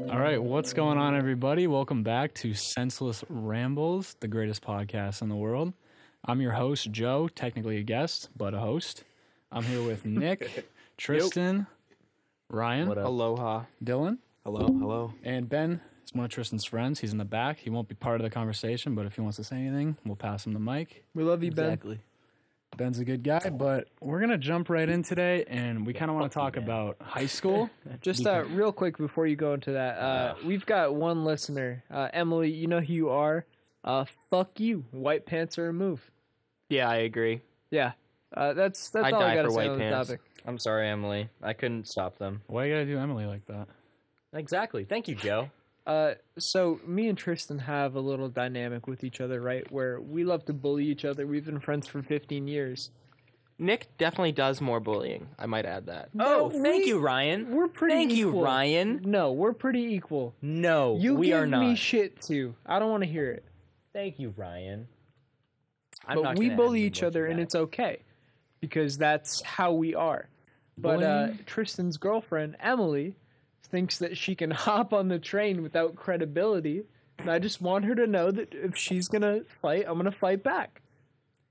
What's going on, everybody? Welcome back to Senseless Rambles, the greatest podcast in the world. I'm your host, Joe, technically a guest, but a host. I'm here with Nick, Tristan, Ryan, Aloha. Dylan, Hello, hello. and Ben. It's one of Tristan's friends. He's in the back. He won't be part of the conversation, but if he wants to say anything, we'll pass him the mic. We love you, Exactly. Ben's a good guy, but we're going to jump right in today, and we kind of want to talk about high school. Ben. Just uh, real quick before you go into that, uh, we've got one listener, uh, Emily. You know who you are. Uh, fuck you. White pants are a move. Yeah, I agree. Yeah, uh, that's that's I all I die gotta for say white on pants. the topic. I'm sorry, Emily. I couldn't stop them. Why you got to do Emily like that? Exactly. Thank you, Joe. Uh, so me and Tristan have a little dynamic with each other, right? Where we love to bully each other. We've been friends for 15 years. Nick definitely does more bullying. I might add that. No, we- Oh, Ryan. We're pretty. Thank you, equal. Ryan. No, we're pretty equal. No, You give me shit too. I don't want to hear it. Thank you, Ryan. but we bully each other and it's okay because that's how we are. But uh, Tristan's girlfriend, Emily, thinks that she can hop on the train without credibility. And I just want her to know that if she's going to fight, I'm going to fight back.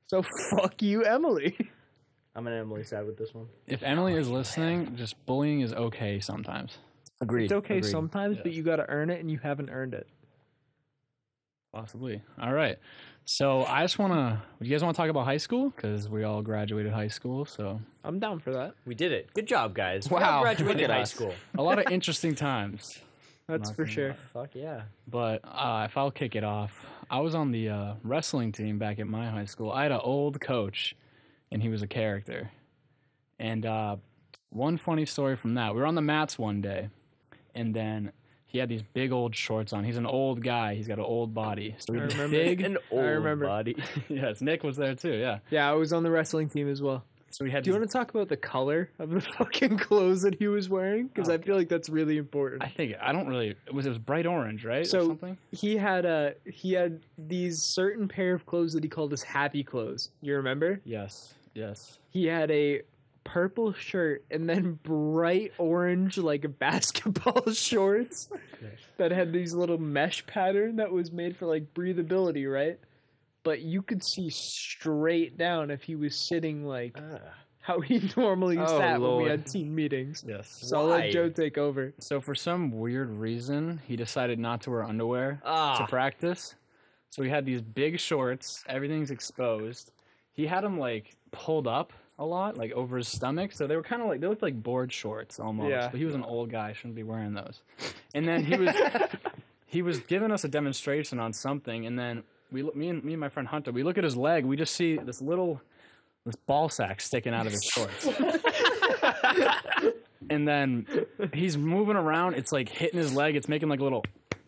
So fuck you, Emily. I'm an Emily side with this one. If Emily is listening, just bullying is okay sometimes. Agreed. It's okay Agreed. sometimes, but you got to earn it and you haven't earned it. Possibly. All right. So I just want to. You guys want to talk about high school? Because we all graduated high school. So I'm down for that. We did it. Good job, guys. Wow. We all Look at graduated high us. school. a lot of interesting times. That's Not for gonna sure. Fuck yeah. But uh, if I'll kick it off, I was on the uh, wrestling team back at my high school. I had an old coach, and he was a character. And uh, one funny story from that: we were on the mats one day, and then he had these big old shorts on. He's an old guy. He's got an old body. So he had these big. An old remember. body. yes, Nick was there too. Yeah. Yeah, I was on the wrestling team as well. So we had. Do you these- want to talk about the color of the fucking clothes that he was wearing? Because I feel like that's really important. I think I don't really. It was it was bright orange, right? or So something? he had uh he had these certain pair of clothes that he called his happy clothes. You remember? Yes, yes. He had a purple shirt and then bright orange like basketball shorts that had these little mesh pattern that was made for like breathability, right? But you could see straight down if he was sitting like Ah. how he normally Oh, sat when Lord. we had team meetings. Yes. So I'll let Why? Joe take over. So for some weird reason, he decided not to wear underwear to Ah, practice. So he had these big shorts, everything's exposed. He had them like pulled up a lot, like over his stomach. So they were kind of like they looked like board shorts almost. Yeah. But he was an old guy, shouldn't be wearing those. And then he was he was giving us a demonstration on something, and then we look- me and me and my friend Hunter, we look at his leg, we just see this little this ball sack sticking out of his shorts. and then he's moving around, it's like hitting his leg, it's making like a little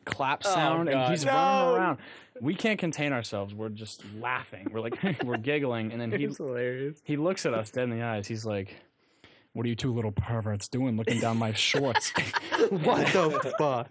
clap sound, and God. he's No. running around. We can't contain ourselves. We're just laughing. We're like we're giggling, and then he It's hilarious. he looks at us dead in the eyes. He's like, "What are you two little perverts doing, looking down my shorts?" What the fuck?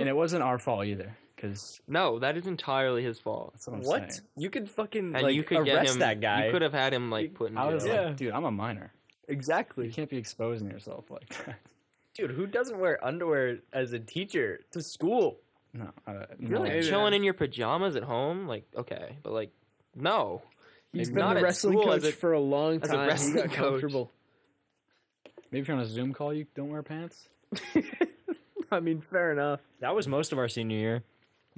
and it wasn't our fault either, because No, that is entirely his fault. that's what I'm what? saying. You could fucking And like, you could get arrest him. that guy. You could have had him like put in I jail. was Yeah. like, "Dude, I'm a minor. You exactly, can't be exposing yourself like that." dude. Who doesn't wear underwear as a teacher to school? No, uh, You're no. like Hey, chilling man. in your pajamas at home, like okay, but like no. He's Maybe been not the at wrestling school coach as a- for a long as a time. He wrestling got coach. comfortable. maybe if you're on a Zoom call, you don't wear pants. I mean, fair enough. That was most of our senior year.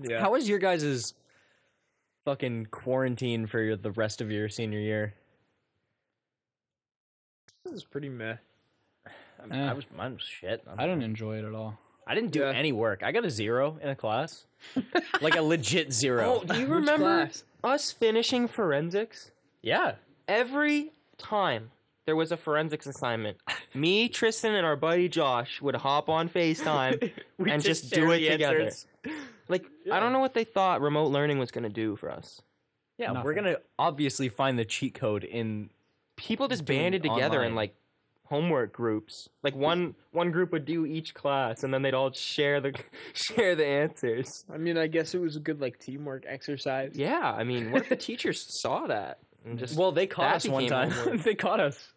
Yeah. How was your guys' fucking quarantine for your, the rest of your senior year? this is pretty meh. I, mean, Eh. I was mine was shit. I'm- I don't enjoy it at all. I didn't do Yeah. any work. I got a zero in a class, like a legit zero. Oh, do you remember us finishing forensics? Yeah, every time there was a forensics assignment, me, Tristan, and our buddy Josh would hop on FaceTime. We And just do share it the together. answers. Like, I don't know what they thought remote learning was going to do for us. Yeah, Nothing. we're gonna obviously find the cheat code in. People just Doing banded together in online. like homework groups. Like one one group would do each class, and then they'd all share the share the answers. I mean, I guess it was a good like teamwork exercise. Yeah, I mean, what if the teachers saw that and just Well, they caught That us one became time. homework. they caught us.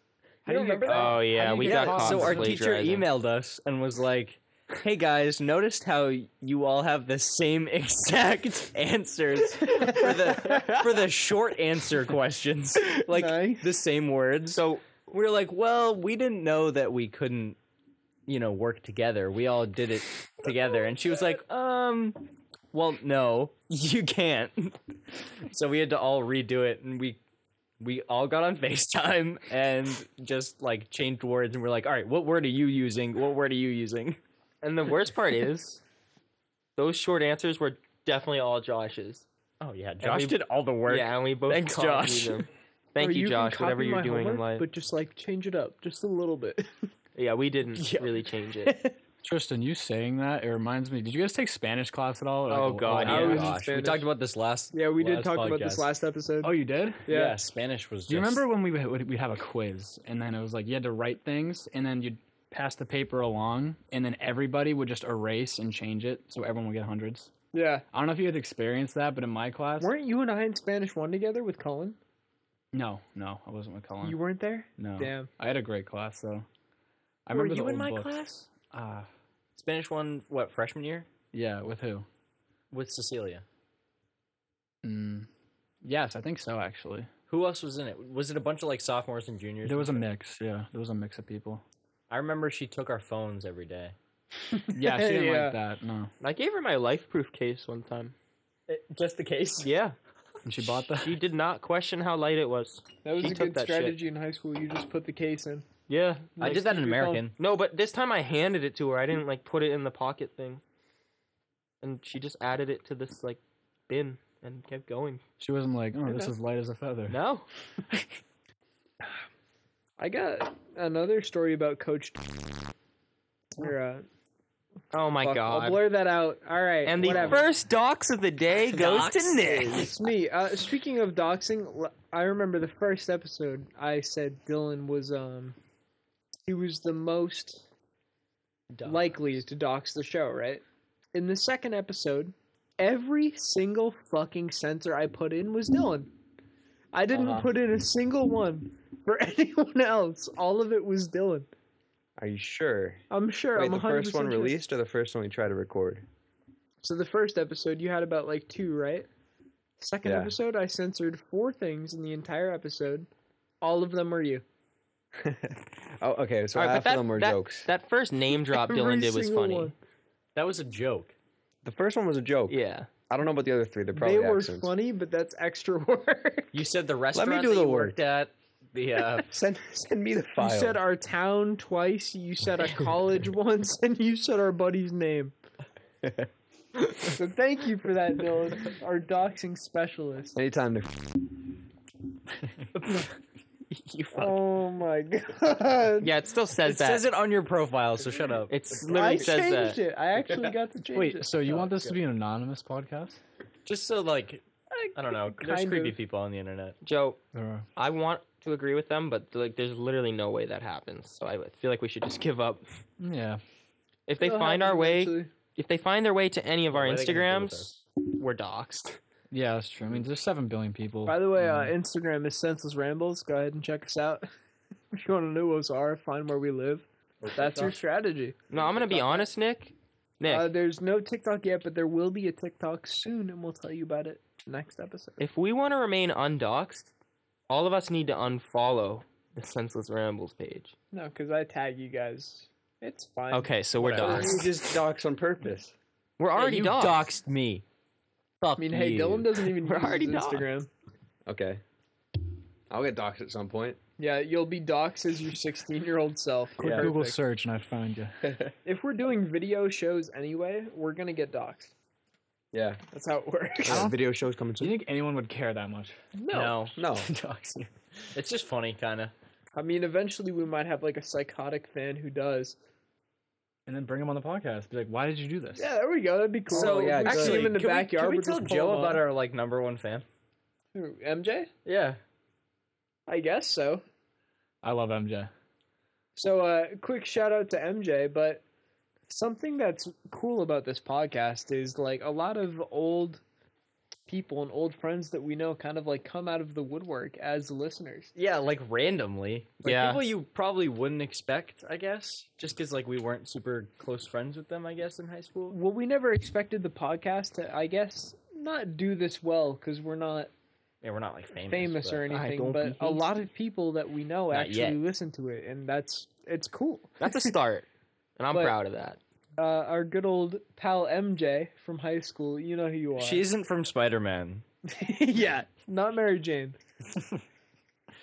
You uh, remember that? oh yeah, you we got get caught? caught so our teacher plagiarizing. emailed us and was like, Hey guys, noticed how you all have the same exact answers for the for the short answer questions. Like Nice. the same words. So So we're like, well, we didn't know that we couldn't, you know, work together. We all did it together. And she was like, um, well, no, you can't. so we had to all redo it, and we we all got on FaceTime and just like changed words, and we're like, all right, what word are you using? What word are you using? and the worst part is those short answers were definitely all Josh's. Oh yeah, Josh we- did all the work. Yeah, and we both Thanks, copied Josh. them. Thank Or you, can Josh, whatever copy you're my doing in homework, life. But just like change it up just a little bit. Yeah, we didn't Yeah. really change it. Tristan, you saying that it reminds me. Did you guys take Spanish class at all? Like, Oh, wh- God, why yeah. did- I was Gosh, we Spanish. talked about this last. yeah, we did last talk about this podcast. last episode. Oh, you did. Yeah. yeah. Spanish was. Just, Do you remember when we would we'd have a quiz and then it was like you had to write things and then you'd pass the paper along and then everybody would just erase and change it so everyone would get hundreds. yeah. I don't know if you had experienced that, but in my class, Weren't you and I in Spanish one together with Cullen? no, no, I wasn't with Colin. You weren't there. no, Damn. I had a great class though. I Were remember you the in my old books. class? Ah, Spanish one? What freshman year yeah, with who? with Cecilia? Mm, yes, I think so. Actually, Who else was in it? Was it a bunch of like sophomores and juniors? there was a mix. Yeah, there was a mix of people. I remember she took our phones every day. Yeah, she didn't Yeah. like that. No, I gave her my life proof case one time. just the case. Yeah. and she bought that. She did not question how light it was. That was She a took good that shit. strategy in high school. You just put the case in. Yeah. I did that in keep your phone- American. No, but this time I handed it to her. I didn't like put it in the pocket thing. And she just added it to this like bin and kept going. She wasn't like, oh, this Okay. is light as a feather. No. I got another story about Coach. Or, uh, Oh my fuck, I'll god. blur that out. All right. and the whatever. first docs of the day goes to Dox. Nick. It's me. Uh, speaking of doxing, l- I remember the first episode. I said Dylan was um, he was the most likely to dox the show, right? In the second episode, every single fucking censor I put in was Dylan. I didn't Uh-huh. put in a single one for anyone else. All of it was Dylan. Are you sure? I'm sure. Wait, I'm the 100% first one sure. released or the first one we tried to record? So the first episode, you had about like two, right? Second Yeah. episode, I censored four things in the entire episode. All of them were you. oh, okay. So All right, half but that, of them were that, jokes. that first name drop Every Dylan did was single funny. one. That was a joke. the first one was a joke. Yeah. I don't know about the other three. They're They probably were accents. funny, but that's extra work. You said the restaurant do that the you work. worked at. The uh, Send send me the file. You said our town twice. You said our college once, and you said our buddy's name. so thank you for that, Dylan, our doxing specialist. Anytime to you fuck. Oh my god! Yeah, it still says It that. says it on your profile, so shut up. It I literally says changed that. it. I actually got to change Wait, it. so you want this to be an anonymous podcast? Just so like I don't know. There's Kind creepy of. people on the internet. Joe, Or I want to agree with them, but like there's literally no way that happens. So I feel like we should just give up. yeah, If they It'll find our happen way, eventually. if they find their way to any of our What are they gonna do with Instagrams, we're doxed. yeah, that's true. I mean, there's seven billion people. By the way, uh, um, Instagram is Senseless Rambles. Go ahead and check us out. If you want to know what us are, find where we live. That's your strategy. No, I'm gonna be honest, Nick. Nick, Uh, there's no TikTok yet, but there will be a TikTok soon, and we'll tell you about it next episode. if we want to remain undoxed, all of us need to unfollow the Senseless Rambles page. No, because I tag you guys. It's fine. Okay, so we're Whatever. you doxed. just docs on purpose. We're Yeah, already you doxed. doxed me. Fuck I mean, hey, you. Dylan doesn't even We're use already his Instagram. Okay. I'll get docs at some point. Yeah, you'll be doxed as your 16 year old self. quick yeah. Google Perfect. search and I found you. If we're doing video shows anyway, we're gonna get doxed. yeah. That's how it works. don't- video show's coming Do you soon. think anyone would care that much? No, No. Dogs. it's just funny, kind of. I mean, eventually we might have like a psychotic fan who does. And then bring them on the podcast. Be like, why did you do this? Yeah, there we go. That'd be cool. So, If we yeah, see actually, him in the can we- backyard. can we we'll tell just pull Joe him about on. our like number one fan? Who, MJ? Yeah. I guess so. I love MJ. So, uh, quick shout out to MJ, but something that's cool about this podcast is like a lot of old people and old friends that we know kind of like come out of the woodwork as listeners. Yeah, like randomly. Like Yeah. People you probably wouldn't expect, I guess, just because like we weren't super close friends with them, I guess, in high school. Well, we never expected the podcast to, I guess, not do this well because we're not Yeah, we're not like famous. famous but- or anything, don't but be a lot of people that we know Not actually yet. listen to it, and that's it's cool. That's a start, and I'm But- proud of that. Uh, our good old pal MJ from high school, you know who you are. She isn't from Spider Man. yeah, not Mary Jane,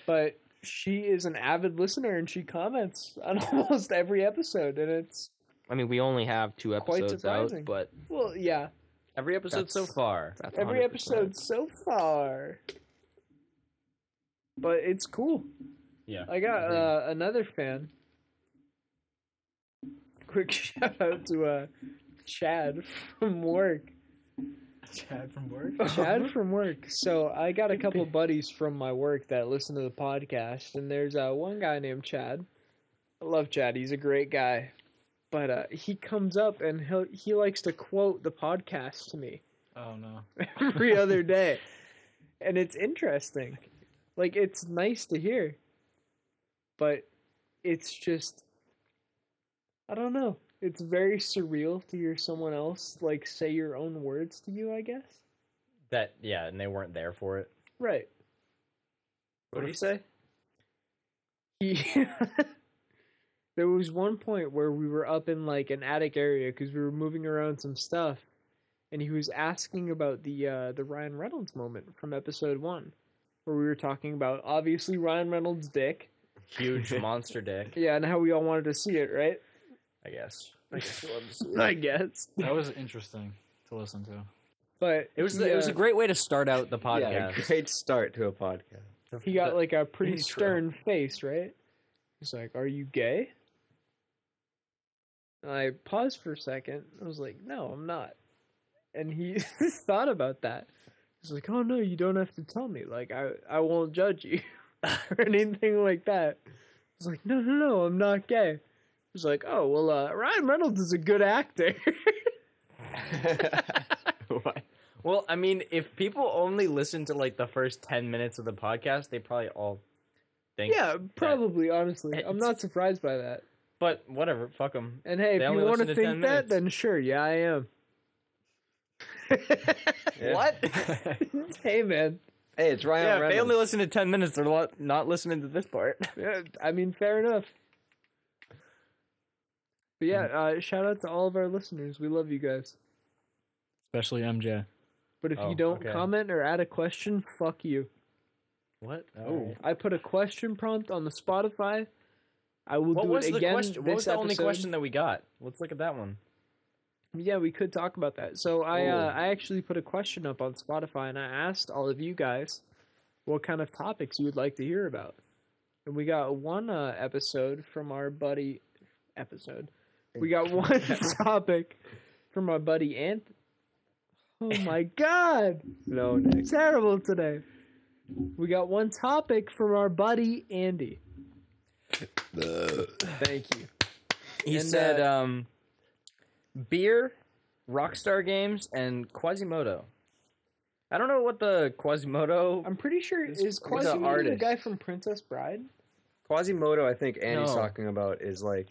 but she is an avid listener, and she comments on almost every episode, and it's I mean, we only have two Quite episodes out, surprising. but well, yeah, Every episode so That's- far. that's every 100%. episode so far. But it's cool. Yeah. I got uh, another fan. Quick shout out to uh, Chad from work. Chad from work. Chad from work. So I got a couple buddies from my work that listen to the podcast, and there's uh, one guy named Chad. I love Chad. He's a great guy, but uh, he comes up and he will he likes to quote the podcast to me Oh no. every other day, and it's interesting. Like it's nice to hear, but it's just I don't know. It's very surreal to hear someone else like say your own words to you. I guess. That yeah, and they weren't there for it. Right. What did he say? He. there was one point where we were up in like an attic area because we were moving around some stuff, and he was asking about the uh, the Ryan Reynolds moment from episode one, where we were talking about obviously Ryan Reynolds' dick. Huge monster dick, Yeah, and how we all wanted to see it, right? I guess. I guess. That was interesting to listen to. But It was he, it was uh, a great way to start out the Yeah, podcast. great start to a podcast. He got like a pretty intro. stern face, right? He's like, "Are you gay?" And I paused for a second. I was like, "No, I'm not." And he thought about that. He's like, "Oh no, you don't have to tell me. Like, I I won't judge you or anything like that." I was like, "No, no, no, I'm not gay." He's like, "Oh well, uh, Ryan Reynolds is a good actor." Well, I mean, if people only listen to like the first ten minutes of the podcast, they probably all think. yeah, probably. Honestly, I'm It's- not surprised by that. But whatever, fuck them. And hey, They if you only want listen to to think 10 that, minutes. then sure, yeah, I am. Yeah. hey, man. Hey, it's Ryan Yeah, if Reynolds. they only listen to ten minutes, they're lo- not listening to this part. Yeah, I mean, fair enough. But yeah, Hmm. uh, shout out to all of our listeners. We love you guys. Especially MJ. But if Oh, you don't okay. comment or add a question, fuck you. What? Oh, I put a question prompt on the Spotify. I will What do was it the again. question? What this was the only episode. question that we got? Let's look at that one. Yeah, we could talk about that. So I uh, Oh. I actually put a question up on Spotify and I asked all of you guys what kind of topics you would like to hear about. And we got one uh, episode from our buddy episode. We got one topic from our buddy Ant. Oh my god. No, no. Terrible today. We got one topic from our buddy Andy. Thank you. He And, said, uh, um, beer, Rockstar games, and Quasimodo. I don't know what the Quasimodo. I'm pretty sure He's- is he's a Quasimodo the artist. guy from Princess Bride? Quasimodo, I think Annie's No. talking about is like,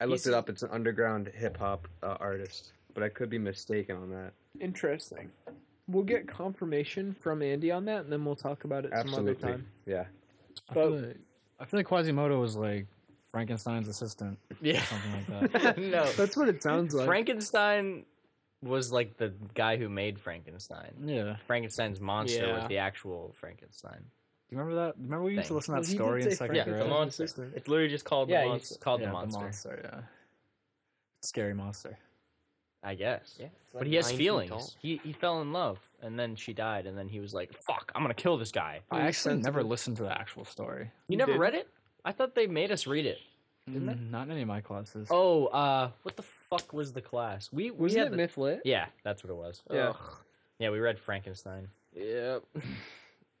I looked He's- it up. It's an underground hip hop uh, artist, but I could be mistaken on that. Interesting. We'll get confirmation from Andy on that, and then we'll talk about it Absolutely. some other time. Yeah. I feel, like, I feel like Quasimodo was like Frankenstein's assistant, yeah, something like that. no. That's what it sounds like. Frankenstein was like the guy who made Frankenstein. yeah. Frankenstein's monster Yeah. was the actual Frankenstein. Do you remember that? Remember we used to Thing. listen Well, to he that did story in say second Yeah, grade? the monster. Assistant. It's literally just called Yeah, the he's- monster. called Yeah, the monster. yeah. Scary monster. I guess. Yeah, it's But like he has nine feet feelings. tall. He he fell in love, and then she died, and then he was like, "Fuck, I'm gonna kill this guy." I He's actually never sensitive. listened to the actual story. You You never did? read it? I thought they made us read it. Didn't they? Mm, Not in any of my classes. Oh, uh, what the fuck was the class? We we Wasn't had it the- Mythlit? Yeah, that's what it was. Yeah. Ugh. Yeah, we read Frankenstein. Yep.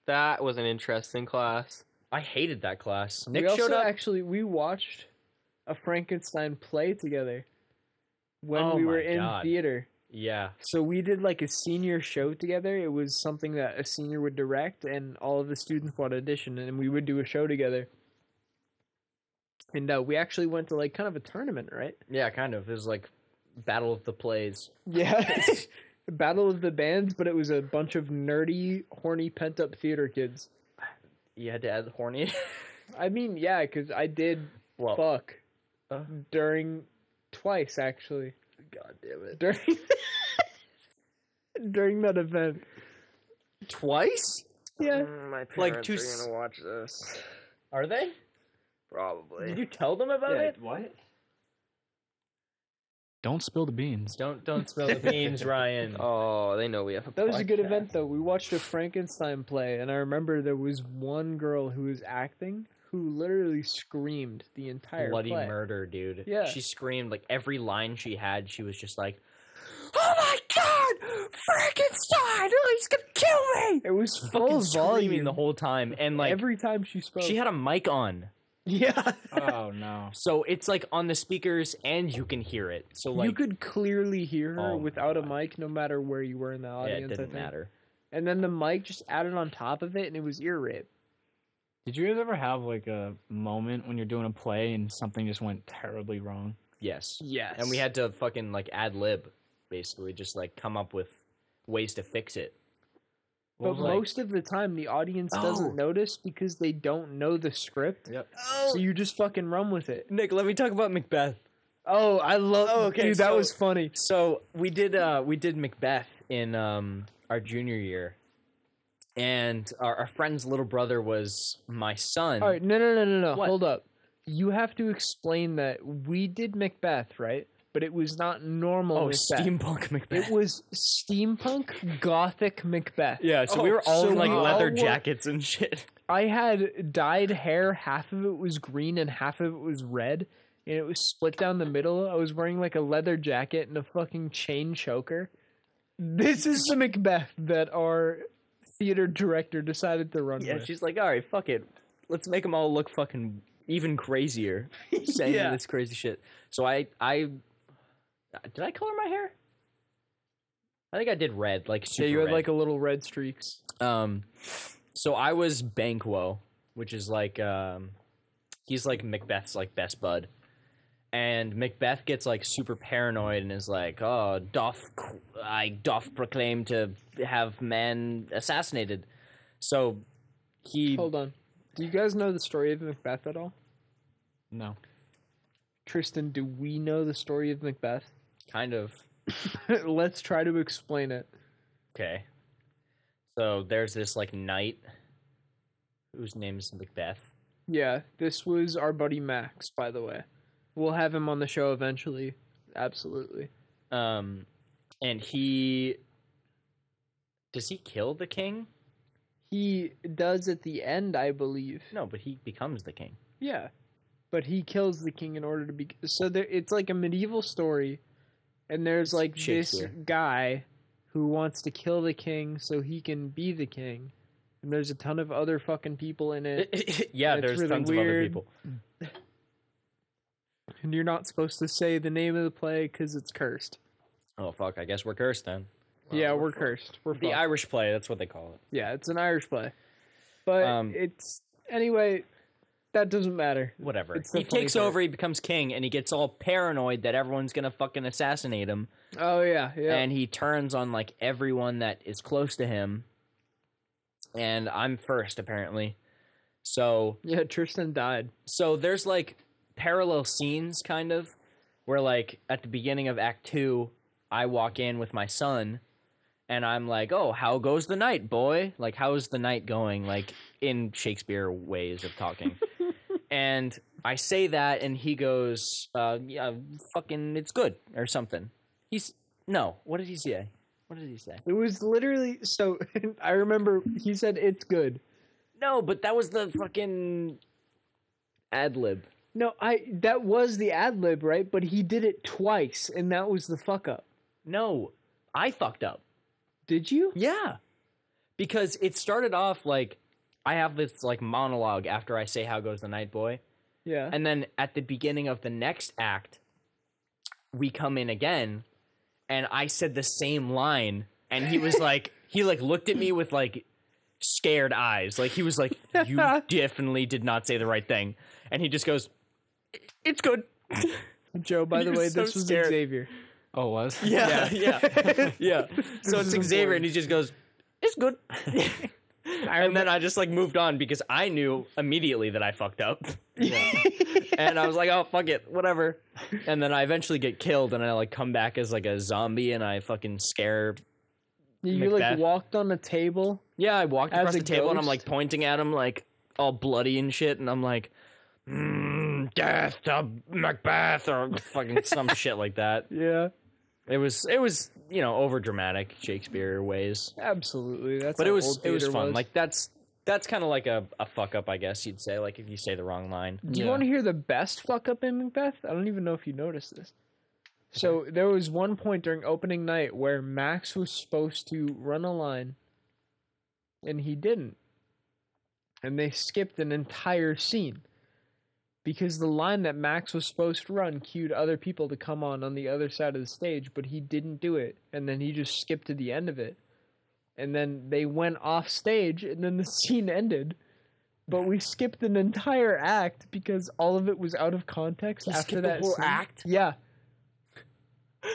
That was an interesting class. I hated that class. Nick we also showed up. actually we watched a Frankenstein play together when Oh we my were in God. theater. Yeah. So we did like a senior show together. It was something that a senior would direct, and all of the students would audition, and we would do a show together. And uh, we actually went to like kind of a tournament, right? Yeah, kind of. It was like Battle of the Plays. Yeah. Battle of the Bands, but it was a bunch of nerdy, horny, pent up theater kids. You had to add horny. I mean, yeah, because I did well, fuck Uh. during twice actually God damn it. during during that event. Twice? Yeah, Mm, my Like two parents are s- gonna watch this. Are they? Did Probably. you tell them about it? What? Don't spill the beans. Don't don't spill the beans, Ryan. Oh, they know we have a. that was a good podcast. event though. We watched a Frankenstein play, and I remember there was one girl who was acting who literally screamed the entire Bloody play. murder, dude. Yeah. She screamed like every line she had, she was just like, Oh my god! Frankenstein! Oh, he's gonna kill me! It was full Fucking volume screaming the whole time. And like every time she spoke. she had a mic on. yeah, oh no. So it's like on the speakers and you can hear it. So like you could clearly hear her Oh my without a God. mic, no matter where you were in the yeah, audience. it I didn't think. matter. And then the mic just added on top of it, and it was ear rape. Did you guys ever have like a moment when you're doing a play and something just went terribly wrong? Yes. Yes, And we had to fucking like ad lib, basically, just like come up with ways to fix it. What But was, like- most of the time, the audience Oh. doesn't notice because they don't know the script. Yep. So you just fucking run with it. Nick, let me talk about Macbeth. Oh, I love. Oh, okay, dude, that so- was funny. So we did uh we did Macbeth in um our junior year. And our, our friend's little brother was my son. All right, no, no, no, no, no. What? Hold up. You have to explain that we did Macbeth, right? But it was not normal. oh, Macbeth. steampunk Macbeth. It was steampunk gothic Macbeth. yeah, so we Oh, were all so in like we all leather were- jackets and shit. I had dyed hair. Half of it was green and half of it was red, and it was split down the middle. I was wearing like a leather jacket and a fucking chain choker. This is the Macbeth that our theater director decided to run Yeah, with. she's like, all right, fuck it. Let's make them all look fucking even crazier. Saying Yeah. this crazy shit. So I, I, did I color my hair? I think I did red, like super yeah, you had red. like a little red streaks. um, so I was Banquo, which is like, um, he's like Macbeth's like best bud. And Macbeth gets like super paranoid and is like, "Oh, doth qu- I doth proclaim to have man assassinated." So he Hold on. Do you guys know the story of Macbeth at all? No. Tristan, do we know the story of Macbeth? kind of Let's try to explain it. Okay. So there's this like knight whose name is Macbeth. Yeah, this was our buddy Max, by the way. We'll have him on the show eventually. Absolutely. Um and he does he kill the king? He does at the end, I believe. No, but he becomes the king. Yeah. But he kills the king in order to be so there it's like a medieval story and there's like this Shakespeare. guy who wants to kill the king so he can be the king. And there's a ton of other fucking people in it. yeah, It's there's really tons of other weird. people. And you're not supposed to say the name of the play cuz it's cursed. Oh fuck, I guess we're cursed then. Wow, yeah, we're we're, fucked. cursed. We're The fucked. Irish play, that's what they call it. Yeah, it's an Irish play. But Um, it's anyway, that doesn't matter. Whatever. It's the He funny takes part. over, he becomes king, and he gets all paranoid that everyone's gonna fucking assassinate him. Oh yeah, yeah. and he turns on like everyone that is close to him. And I'm first apparently. So yeah, Tristan died. so there's like parallel scenes kind of where like at the beginning of act 2 I walk in with my son and I'm like, "Oh, how goes the night, boy? Like how's the night going?" Like in Shakespeare ways of talking. and I say that and he goes, uh, yeah, fucking it's good or something. He's no, what did he say? What did he say? It was literally so I remember he said it's good. No, but that was the fucking ad lib. No, I that was the ad lib, right? But he did it twice and that was the fuck up. No, I fucked up. Did you? Yeah. Because it started off like I have this like monologue after I say how goes the night boy. Yeah. And then at the beginning of the next act, we come in again and I said the same line, and he was like, he like looked at me with like scared eyes, like he was like, you definitely did not say the right thing, and he just goes, "It's good." Joe, by the You're way, so this was scared. Xavier. Oh, was Yeah, yeah, yeah. so it's is Xavier, important. and he just goes, "It's good." and then I just like moved on because I knew immediately that I fucked up, and I was like, "Oh fuck it, whatever." And then I eventually get killed, and I like come back as like a zombie, and I fucking scare. You Macbeth. like walked on a table. Yeah, I walked As across a the table, and I'm ghost? like pointing at him, like all bloody and shit, and I'm like. Mm, death to Macbeth or fucking some shit like that. Yeah, It was it was you know over dramatic Shakespeare ways. absolutely. That's but it how was old it was theater fun. Like that's that's kind of like a, a fuck up, I guess you'd say. Like if you say the wrong line. Do you Yeah. want to hear the best fuck up in Macbeth? I don't even know if you noticed this. So there was one point during opening night where Max was supposed to run a line, and he didn't, and they skipped an entire scene because the line that Max was supposed to run cued other people to come on on the other side of the stage, but he didn't do it, and then he just skipped to the end of it, and then they went off stage, and then the scene ended but we skipped an entire act because all of it was out of context after that scene. Yeah,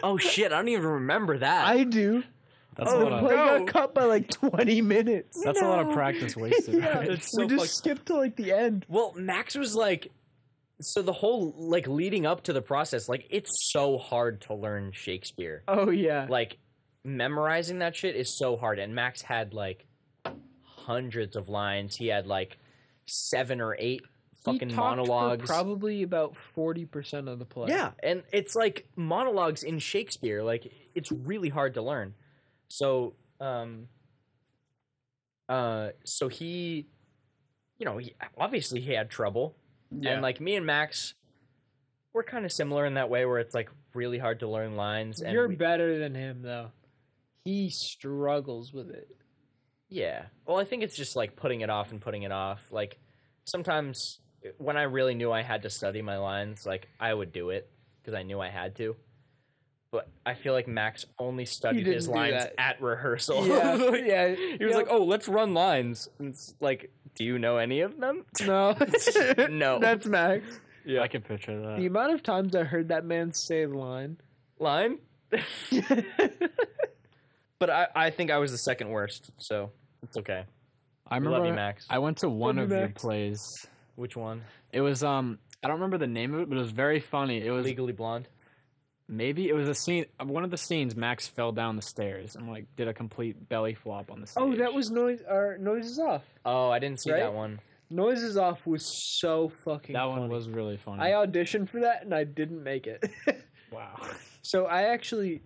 Oh shit! I don't even remember that. I Oh, do. that's a the lot of play got cut by like 20 minutes. that's a lot of practice wasted. yeah, right? we It's so just fucked- skipped to like the end. well, Max was like, so the whole like leading up to the process, like it's so hard to learn Shakespeare. Oh yeah, Like memorizing that shit is so hard. And Max had like hundreds of lines. He had like seven or eight fucking he talked monologues. For probably about 40 percent of the play. Yeah, and it's like monologues in Shakespeare. Like it's really hard to learn. So, um, uh, so he, you know, he, obviously he had trouble, and like me and Max, we're kind of similar in that way, where it's like really hard to learn lines. And you're we- better than him though. He struggles with it. Yeah. Well, I think it's just like putting it off and putting it off. Like sometimes when I really knew I had to study my lines, like I would do it because I knew I had to. But I feel like Max only studied didn't his do lines that. at rehearsal. Like, yeah. He was like, "Oh, let's run lines." And it's like, "Do you know any of them?" no, no. "Oh, that's Max." I can picture The that. amount of times I heard that man say the line. Line. but I, I think I was the second worst, so it's okay. I We love you, remember Max. I went to one you, of your Max. plays. Which one? It was um I don't remember the name of it, but it was very funny. It was Legally Blonde. maybe it was a scene one of the scenes Max fell down the stairs and like did a complete belly flop on the stage. Oh, that was noise. Or noises off. Oh, I didn't see that Right? one. Noises off was so fucking. that one funny. was really funny. I auditioned for that and I didn't make it. wow. so I actually,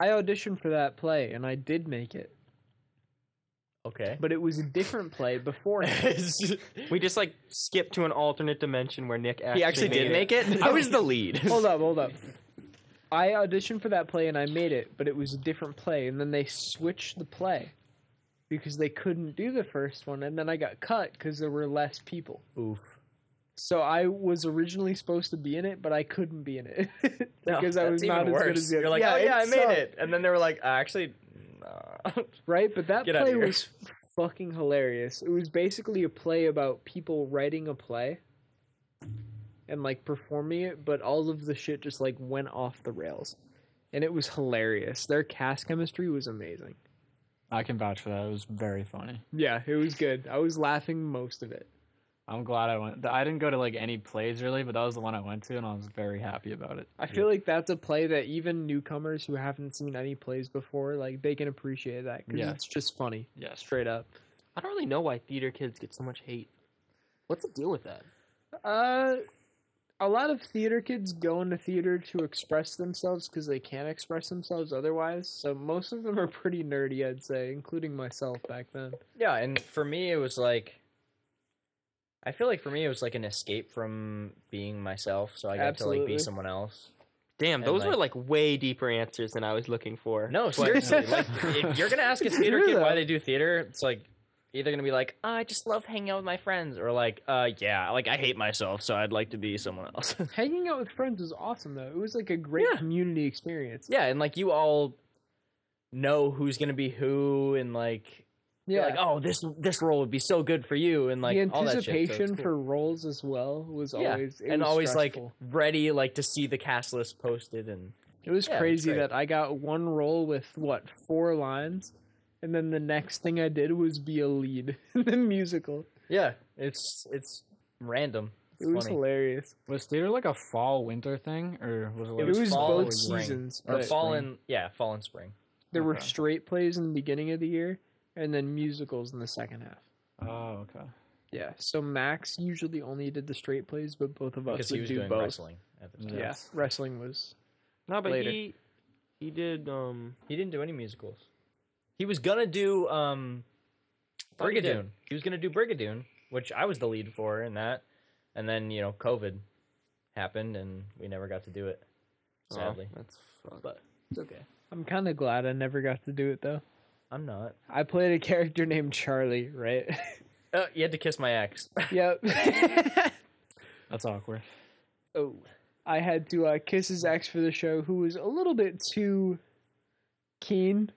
I auditioned for that play and I did make it, Okay. but it was a different play before. We just like skipped to an alternate dimension where Nick actually, He actually did make it. I was the lead. hold up, hold up. I auditioned for that play and I made it, but it was a different play, and then they switched the play because they couldn't do the first one, and then I got cut because there were less people. Oof. So I was originally supposed to be in it, but I couldn't be in it Oh, because I was not as good as the You're like, yeah, oh yeah, it I made sucked, it, and then they were like, "Uh, actually, nah." right? But that Get outta play here. was fucking hilarious. It was basically a play about people writing a play and like performing it, but all of the shit just like went off the rails, and it was hilarious. Their cast chemistry was amazing. I can vouch for that. It was very funny. Yeah, it was good. I was laughing most of it. I'm glad I went. I didn't go to like any plays really, but that was the one I went to, and I was very happy about it. I feel like that's a play that even newcomers who haven't seen any plays before, like they can appreciate that because Yeah. it's just funny, yes. straight up. I don't really know why theater kids get so much hate. What's the deal with that? Uh, a lot of theater kids go into theater to express themselves because they can't express themselves otherwise. So most of them are pretty nerdy, I'd say, including myself back then. yeah, and for me, it was like, I feel like for me, it was like an escape from being myself, so I got to like Absolutely. be someone else. Damn, And, those were like like- way deeper answers than I was looking for. No, seriously, like if you're gonna ask a theater True, kid why though. they do theater, it's like either gonna be like, "Ah, I just love hanging out with my friends, or like, uh, yeah, like I hate myself, so I'd like to be someone else. Hanging out with friends was awesome though. It was like a great Yeah. community experience. yeah, and like you all know who's gonna be who, and like, yeah, like oh, this this role would be so good for you, and like the all that shit, so it's anticipation cool. for roles as well was Yeah, always it and was always stressful. like ready like to see the cast list posted and It was Yeah, it was crazy great. that I got one role with what four lines, and then the next thing I did was be a lead in the musical. yeah it's it's random It was hilarious. Was theater like a fall winter thing, or was it? Like It was was fall or both spring. seasons. or but fall and yeah fall and spring There were Okay. straight plays in the beginning of the year, and then musicals in the second half. Oh, okay. Yeah. So Max usually only did the straight plays, but both of us because would he was do doing both. wrestling at the time Yeah, Yes. wrestling was. No, but Later. he he did um he didn't do any musicals he was gonna do um Thought he did. brigadoon he was gonna do brigadoon which i was the lead for in that and then you know covid happened and we never got to do it oh, sadly that's fucked. but it's okay I'm kind of glad I never got to do it though. i'm not I played a character named Charlie, right? oh you had to kiss my ex yep. That's awkward. oh I had to uh, kiss his ex for the show, who was a little bit too keen.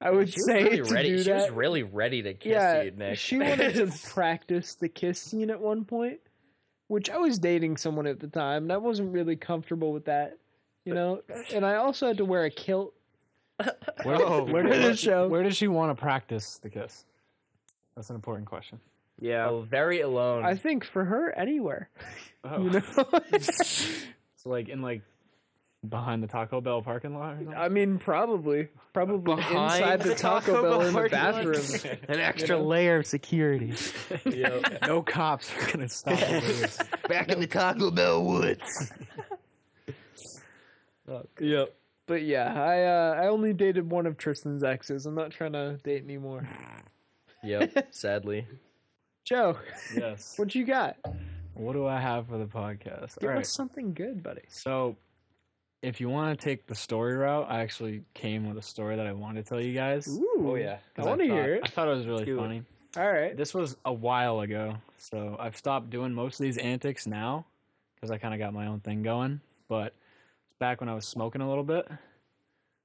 I would She was say really to ready. do she that. was really ready to kiss yeah, you, Nick. she wanted to practice the kiss scene at one point, which I was dating someone at the time, and I wasn't really comfortable with that, you know. And I also had to wear a kilt Where, Oh, where, for the did, show. where does she want to practice the kiss? That's an important question. Yeah. Oh, very alone. I think for her, anywhere, Oh. you know. So like in like behind the Taco Bell parking lot or something? I mean, probably, probably Behind inside the the Taco Taco Bell Bell in the parking lot. bathroom. An extra layer of security. Yep. no cops are gonna stop this. Back in the Taco Bell woods. yep. But yeah, I uh, I only dated one of Tristan's exes. I'm not trying to date anymore. Yep. Sadly. Joe, Yes. what you got? What do I have for the podcast? Give All right. us something good, buddy. So, if you want to take the story route, I actually came with a story that I wanted to tell you guys. Ooh, Oh yeah. 'cause I wanna thought- hear it. I thought it was really do it. funny. All right. This was a while ago, so I've stopped doing most of these antics now because I kind of got my own thing going. But it's back when I was smoking a little bit.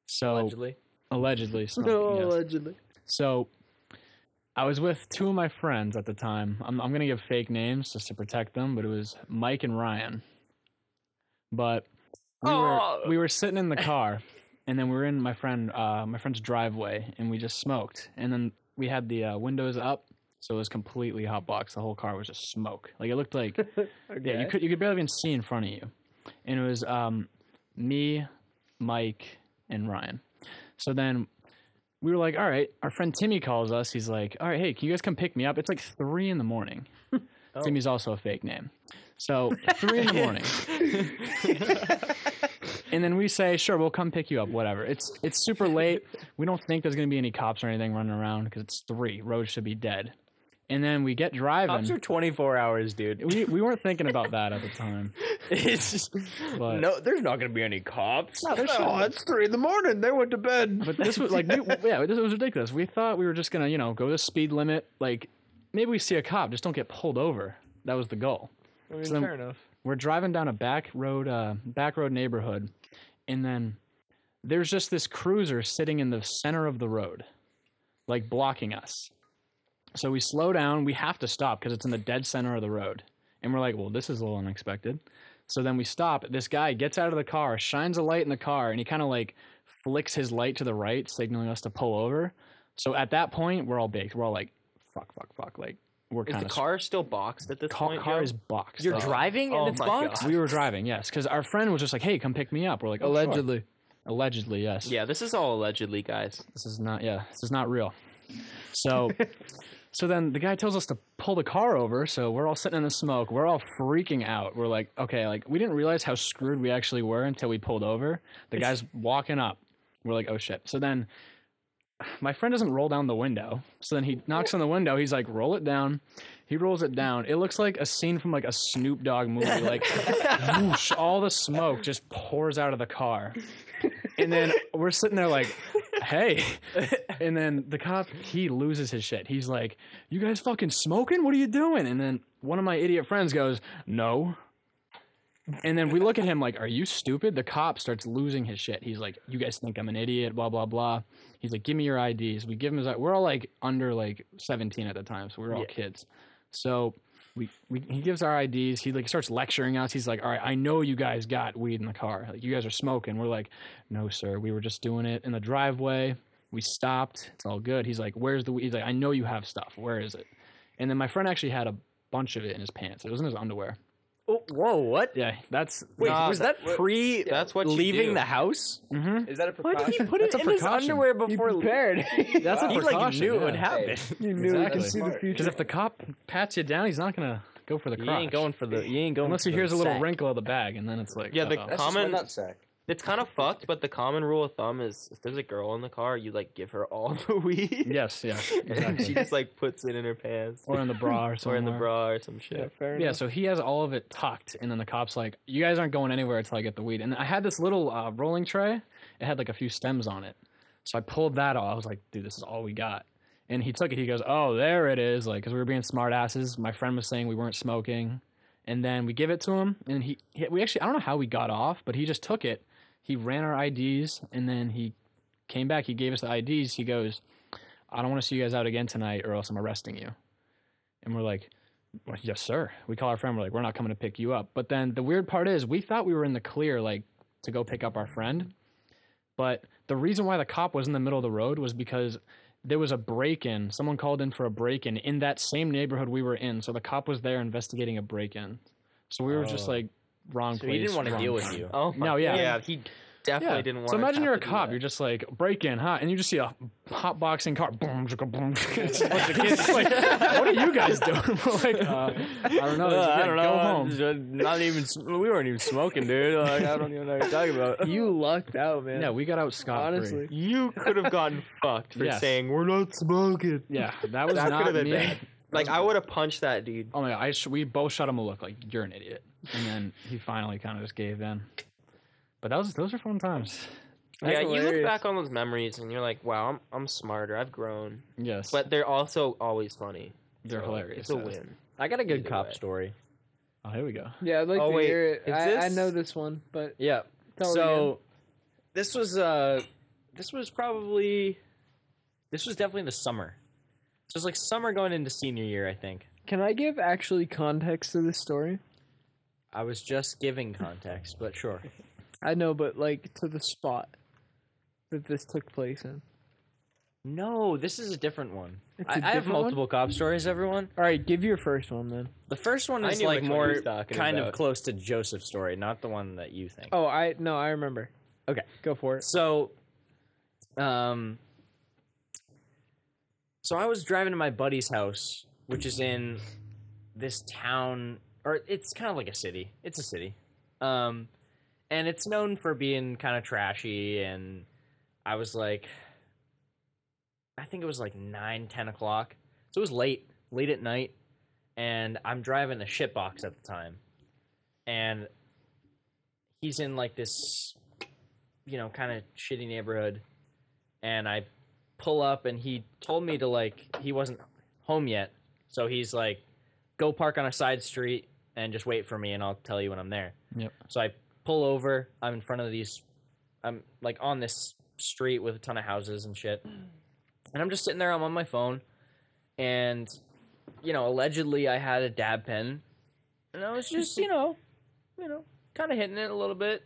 So Allegedly. allegedly smoking. yes. Allegedly. So I was with two of my friends at the time. I'm, I'm going to give fake names just to protect them, but it was Mike and Ryan. But we, Oh. were, we were sitting in the car, and then we were in my friend uh, my friend's driveway, and we just smoked. And then we had the uh, windows up, so it was completely hot box. The whole car was just smoke. Like it looked like Okay. yeah, you could you could barely even see in front of you, and it was um, me, Mike, and Ryan. So then we were like, all right. Our friend Timmy calls us. He's like, all right, hey, can you guys come pick me up? It's like three in the morning. Oh. Timmy's also a fake name. So three in the morning, and then we say, sure, we'll come pick you up. Whatever. It's it's super late. We don't think there's gonna be any cops or anything running around because it's three. Roads should be dead. And then we get driving. Cops are 24 hours, dude. we, we weren't thinking about that at the time. It's just, But no, there's not gonna be any cops. No, there's not. it's three in the morning. They went to bed. But this was like, we, yeah, this was ridiculous. We thought we were just gonna, you know, go the speed limit. Like, maybe we see a cop, just don't get pulled over. That was the goal. I mean, so then- fair enough. We're driving down a back road, uh, back road neighborhood, and then there's just this cruiser sitting in the center of the road, like blocking us. So we slow down. We have to stop because it's in the dead center of the road, and we're like, well, this is a little unexpected. So then we stop. This guy gets out of the car, shines a light in the car, and he kind of like flicks his light to the right, signaling us to pull over. So at that point, we're all baked. We're all like, fuck, fuck, fuck. Like we're Is kind the of car still boxed at this car, point? car Joe? is boxed. You're up. driving Oh and it's my boxed. God. We were driving, yes, because our friend was just like, "Hey, come pick me up." We're like, oh, sure. allegedly, yes." Yeah, this is all allegedly, guys. this is not yeah this is not real so so then the guy tells us to pull the car over so we're all sitting in the smoke we're all freaking out we're like okay like we didn't realize how screwed we actually were until we pulled over the guy's walking up we're like oh shit so then my friend doesn't roll down the window so then he knocks on the window he's like roll it down he rolls it down it looks like a scene from like a snoop dogg movie like whoosh, all the smoke just pours out of the car and then we're sitting there like hey. and then the cop, he loses his shit. He's like, you guys fucking smoking? What are you doing? And then one of my idiot friends goes, no. And then we look at him like, are you stupid? The cop starts losing his shit. He's like, you guys think I'm an idiot, blah, blah, blah. He's like, give me your IDs. We give him his, we're all like under like 17 at the time. So we we're all kids. So we, we he gives our IDs. He like starts lecturing us. He's like, "All right, I know you guys got weed in the car. Like you guys are smoking." We're like, "No, sir. We were just doing it in the driveway. We stopped. It's all good." He's like, "Where's the weed?" He's like, "I know you have stuff. Where is it?" And then my friend actually had a bunch of it in his pants. It was in his underwear. Oh, whoa, what? Yeah, that's Wait, Nah, was that that- pre that's what you leaving do. the house? hmm Is that a Why did he precaution? put That's it a in his precaution. underwear You before? prepared. That's a he like precaution, knew it would yeah. happen. you knew it. Exactly. could see the Because Smart. future. if the cop pats you down, he's not gonna go for the You crotch. ain't going for the. You ain't going unless for he hears the a little sack. wrinkle of the bag, and then it's like, Yeah, the- uh-oh. That's just my Common- nutsack. It's kind of fucked, but the common rule of thumb is if there's a girl in the car, you like give her all the weed. yes, yeah, and she exactly. just like puts it in her pants or in the bra or or somewhere. in the bra or some shit. yeah, fair Yeah, enough. so he has all of it tucked, and then the cop's like, "You guys aren't going anywhere until I get the weed." And I had this little uh, rolling tray; it had like a few stems on it, so I pulled that off. I was like, "Dude, this is all we got." And he took it. He goes, "Oh, there it is!" Like, because we were being smart asses. My friend was saying we weren't smoking, and then we give it to him, and he, he we actually I don't know how we got off, but he just took it. He ran our IDs, and then he came back. He gave us the IDs. He goes, "I don't want to see you guys out again tonight, or else I'm arresting you." And we're like, well, yes sir we call our friend we're like we're not coming to pick you up but then the weird part is we thought we were in the clear like to go pick up our friend but the reason why the cop was in the middle of the road was because there was a break-in someone called in for a break-in in that same neighborhood we were in so the cop was there investigating a break-in so we were just Oh. like wrong So place, he didn't want to wrong deal with time. you. Oh my No, yeah. yeah, he definitely didn't want. So imagine to you're a cop. You're just like break in, huh? And you just see a hot boxing car. Boom, chicka, boom. It's a bunch of kids. It's like, what are you guys doing? We're like, uh, I don't know. Uh, Just I go don't know. home. Not even. We weren't even smoking, dude. Like, I don't even know what you're talking about. you lucked out, man. Yeah, we got out scot honestly. you could have gotten fucked for Yes. saying we're not smoking. Yeah, that was That not could've been me. bad. Like I would have punched that dude. Oh my god, I sh- we both shot him a look like you're an idiot, and then he finally kind of just gave in. But that was those are fun times. That's yeah, you look hilarious. back on those memories and you're like, wow, I'm I'm smarter. I've grown. Yes, But they're also always funny. they're so hilarious. It's a yes. win. I got a good Either cop way. story. Oh, here we go. Yeah, I'd like Oh, to wait, hear it. is I, I this- know this one, but Yeah. tell so this was uh this was probably this was definitely the summer. So it's like summer going into senior year, I think. Can I give actually context to this story? I was just giving context, but sure. I know, but like to the spot that this took place in. No, this is a different one. It's I, a I have different one? multiple cop stories, everyone. All right, give your first one then. The first one I is knew like which one he more was talking kind of about. close to Joseph's story, not the one that you think. Oh, I no, I remember. Okay. go for it. So, um, so I was driving to my buddy's house, which is in this town, or it's kind of like a city. It's a city, um, and it's known for being kind of trashy. And I was like, I think it was like nine, ten o'clock. So it was late, late at night, and I'm driving a shitbox at the time, and he's in like this you know, kind of shitty neighborhood. And I pull up, and he told me to like he wasn't home yet, so he's like, "Go park on a side street and just wait for me, and I'll tell you when I'm there." Yep. So I pull over. I'm in front of these. I'm like on this street with a ton of houses and shit, and I'm just sitting there. I'm on my phone, and you know, allegedly I had a dab pen, and I was just you know, you know, kind of hitting it a little bit.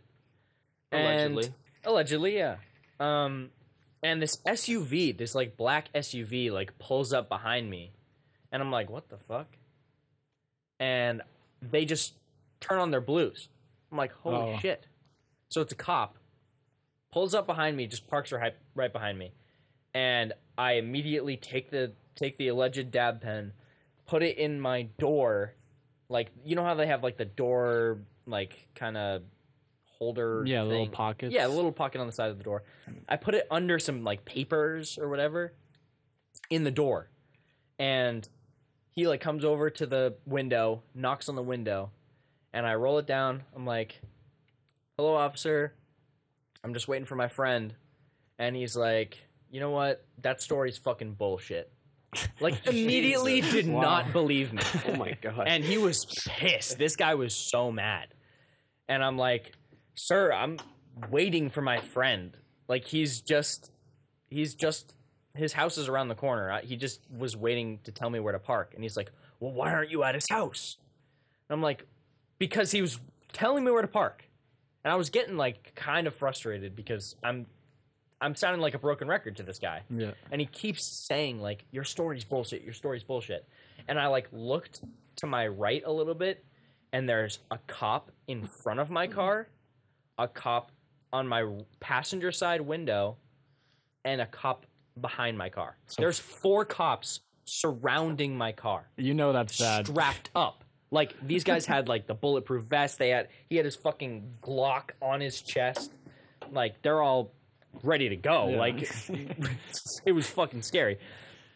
And- Allegedly. Allegedly, yeah. Um, and this SUV, this like black SUV, like pulls up behind me, and I'm like, what the fuck? And they just turn on their blues. I'm like, holy Oh. shit! So it's a cop pulls up behind me, just parks right right behind me, and I immediately take the take the alleged dab pen, put it in my door, like you know how they have like the door like kind of holder Yeah, little thing? pockets. Yeah, a little pocket on the side of the door. I put it under some like papers or whatever in the door. And he like comes over to the window, knocks on the window, and I roll it down. I'm like, "Hello, officer. I'm just waiting for my friend." And he's like, you know what? That story's fucking bullshit. Like immediately did not believe me. Oh my god. And he was pissed. This guy was so mad. And I'm like, "Sir, I'm waiting for my friend. Like he's just he's just his house is around the corner. I, he just was waiting to tell me where to park." And he's like, "Well, why aren't you at his house?" And I'm like, "Because he was telling me where to park." And I was getting like kind of frustrated because I'm I'm sounding like a broken record to this guy. Yeah. And he keeps saying like, "Your story's bullshit. Your story's bullshit." And I like looked to my right a little bit, and there's a cop in front of my car, a cop on my passenger side window, and a cop behind my car. There's four cops surrounding my car, You know that's bad. strapped up. Like these guys had like the bulletproof vest. They had he had his fucking Glock on his chest. Like they're all ready to go. Yeah. Like it was fucking scary.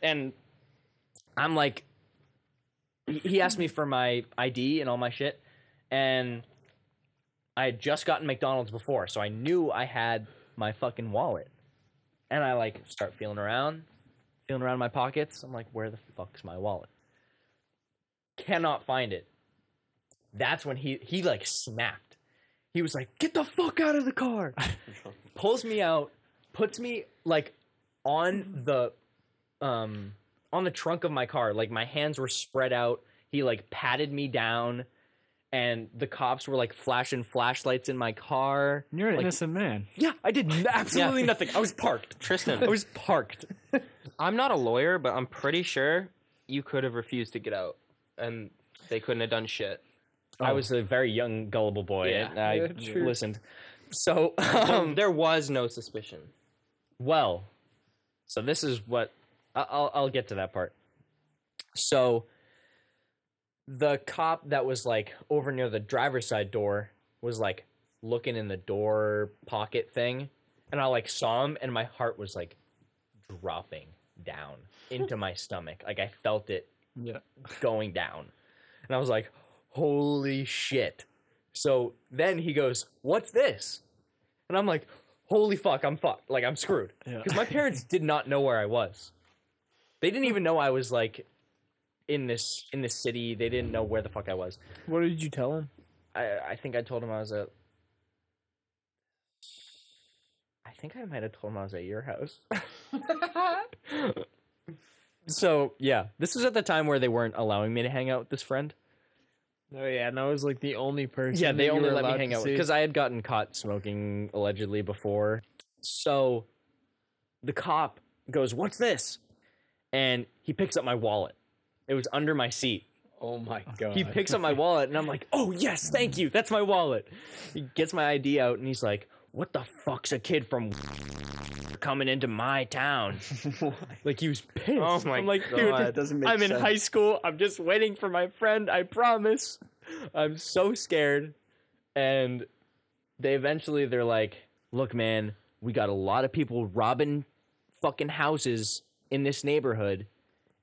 And I'm like, he asked me for my ID and all my shit, and I had just gotten McDonald's before, so I knew I had my fucking wallet. And I like start feeling around, feeling around in my pockets. I'm like, where the fuck's my wallet? Cannot find it. That's when he he like snapped. He was like, "Get the fuck out of the car!" pulls me out, puts me like on the um on the trunk of my car. Like my hands were spread out. He like patted me down and the cops were like flashing flashlights in my car. You're an like, innocent man. Yeah, I did n- absolutely nothing. I was parked. Tristan, I was parked. I'm not a lawyer, but I'm pretty sure you could have refused to get out, and they couldn't have done shit. I was a very young gullible boy Yeah. and I Oh. Yeah, true. listened. So Um, um, there was no suspicion. Well, so this is what I- I'll I'll get to that part. So the cop that was like over near the driver's side door was like looking in the door pocket thing, and I like saw him, and my heart was like dropping down into my stomach. Like I felt it Yeah. going down. And I was like, holy shit. So then he goes, what's this? And I'm like, holy fuck, I'm fucked. Like, I'm screwed. Yeah. Because my parents did not know where I was. They didn't even know I was like in this in this city. They didn't know where the fuck I was. What did you tell him? I I think I told him I was at I think I might have told him I was at your house. so yeah. This was at the time where they weren't allowing me to hang out with this friend. Oh yeah, and I was like the only person. Yeah, that they you only were let me allowed hang to out see. because I had gotten caught smoking allegedly before. So the cop goes, "What's this?" And he picks up my wallet. It was under my seat. Oh my god. He picks up my wallet, and I'm like, "Oh yes, thank you. That's my wallet." He gets my ID out, and he's like, "What the fuck's a kid from coming into my town?" like he was pissed. Oh my I'm like, "Dude, God. It doesn't make I'm in sense. high school. I'm just waiting for my friend. I promise. I'm so scared. And they eventually they're like, "Look, man, we got a lot of people robbing fucking houses in this neighborhood,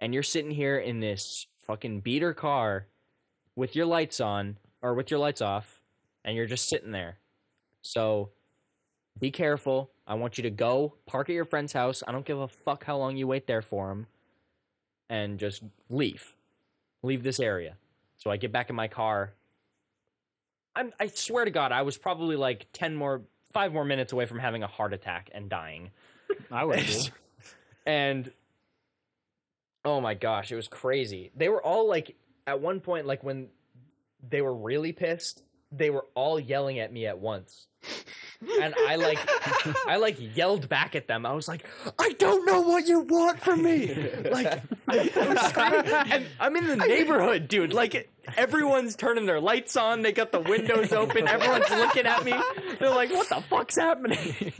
and you're sitting here in this fucking beater car with your lights on or with your lights off, and you're just sitting there. So be careful. I want you to go park at your friend's house. I don't give a fuck how long you wait there for him and just leave. Leave this area. So I get back in my car. I'm, I swear to God, I was probably like 10 more, five more minutes away from having a heart attack and dying. I would. be. and oh my gosh, it was crazy. They were all like, at one point, like when they were really pissed, they were all yelling at me at once. And I like, I like yelled back at them. I was like, I don't know what you want from me. Like, I, I was screaming. and I'm in the neighborhood, dude. Like, everyone's turning their lights on. They got the windows open. Everyone's looking at me. They're like, what the fuck's happening?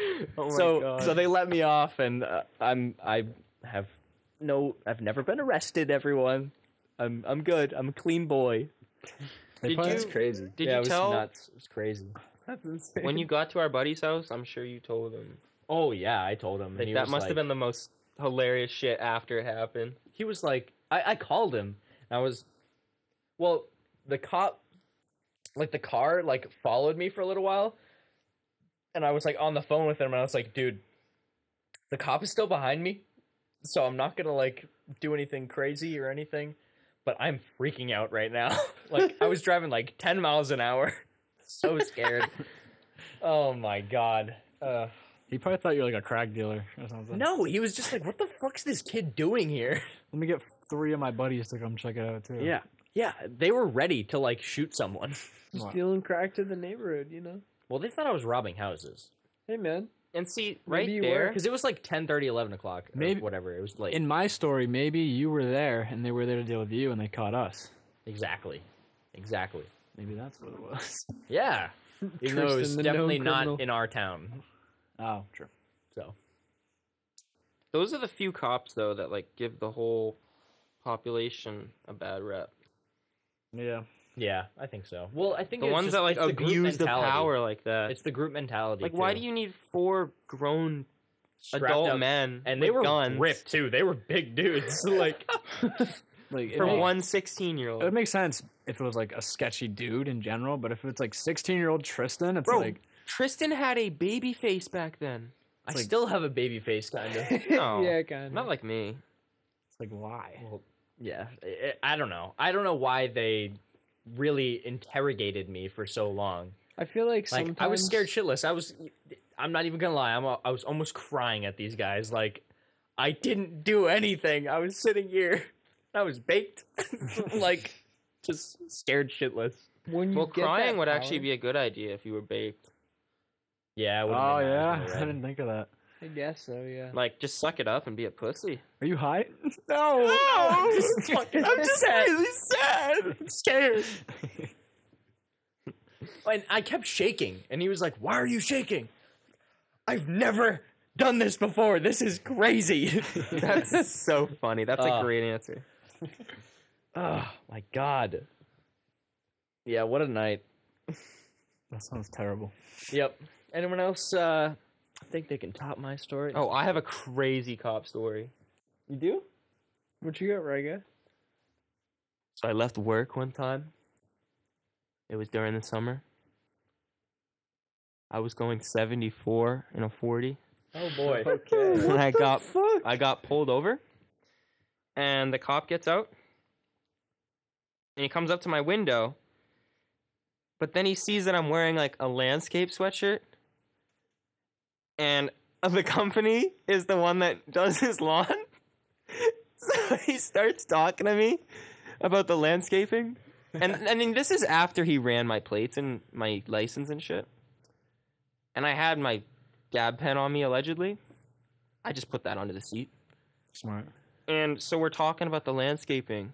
Oh, Oh so, so they let me off, and uh, I'm I have no, I've never been arrested. Everyone, I'm I'm good. I'm a clean boy. They Did probably- That's crazy. Did yeah, it you was tell nuts. It was crazy. That's insane. when you got to our buddy's house? I'm sure you told him. Oh yeah, I told him. and Like, he that was must like- have been the most hilarious shit after it happened. he was like I, I called him and I was well the cop like the car like followed me for a little while and I was like on the phone with him and I was like dude The cop is still behind me, so I'm not gonna like do anything crazy or anything. But I'm freaking out right now. like I was driving like 10 miles an hour, so scared. oh my god. Uh, He probably thought you were like a crack dealer or something. no, he was just like, "What the fuck's this kid doing here?" Let me get three of my buddies to come check it out too. Yeah. Yeah, they were ready to like shoot someone. Just Right. dealing crack to the neighborhood, you know. Well, they thought I was robbing houses Hey man, And see, Maybe right you there, because it was like 10, 11 o'clock, or Maybe- whatever. It was late. In my story, maybe you were there and they were there to deal with you and they caught us. Exactly. Exactly. Maybe that's what it was. Yeah. Even though it was Tristan, the known definitely not criminal. in our town. Oh, true. those are the few cops though that like give the whole population a bad rep. Yeah. Yeah, I think so. Well, I think The it's ones just- that like it's group abuse the, mentality. power like that. It's the group mentality. like, why too. do you need four grown Strapped adult up- men And they with were guns ripped too. They were big dudes. like Like, for it, makes, one 16 year it would old? make sense if it was like a sketchy dude in general, but if it's like 16 year old Tristan, it's Bro. like, Tristan had a baby face back then. I like- still have a baby face, kind of. No, yeah, kind not of. like me. it's like, why? yeah, I- I I don't know. I don't know why they really interrogated me for so long. I feel like Like I was sometimes- scared shitless. I was. I'm not even gonna lie. I'm. a- I was almost crying at these guys. Like I didn't do anything. I was sitting here. I was baked. like just scared shitless. When you Well, get that crying would actually power, be a good idea if you were baked. Yeah. I would've Oh, been yeah. nice I in the red. didn't think of that. I guess so. Yeah. Like, just suck it up and be a pussy. Are you high? No. Oh, I'm just fucking upset. really sad. I'm scared. and I kept shaking, and he was like, "Why are you shaking?" I've never done this before. This is crazy. That's so funny. That's Uh, a great answer. Oh my god. Yeah, what a night. That sounds terrible. Yep. Anyone else uh think they can top my story? Oh, I have a crazy cop story. you do? What you got, Rega? So I left work one time. It was during the summer. I was going 74 in a 40 Oh boy. Okay. when I got I got pulled over. And the cop gets out. And he comes up to my window. But then he sees that I'm wearing like a landscape sweatshirt. And the company is the one that does his lawn. so he starts talking to me about the landscaping. And I mean, this is after he ran my plates and my license and shit. And I had my gab pen on me allegedly. I just put that under the seat. Smart. And so we're talking about the landscaping.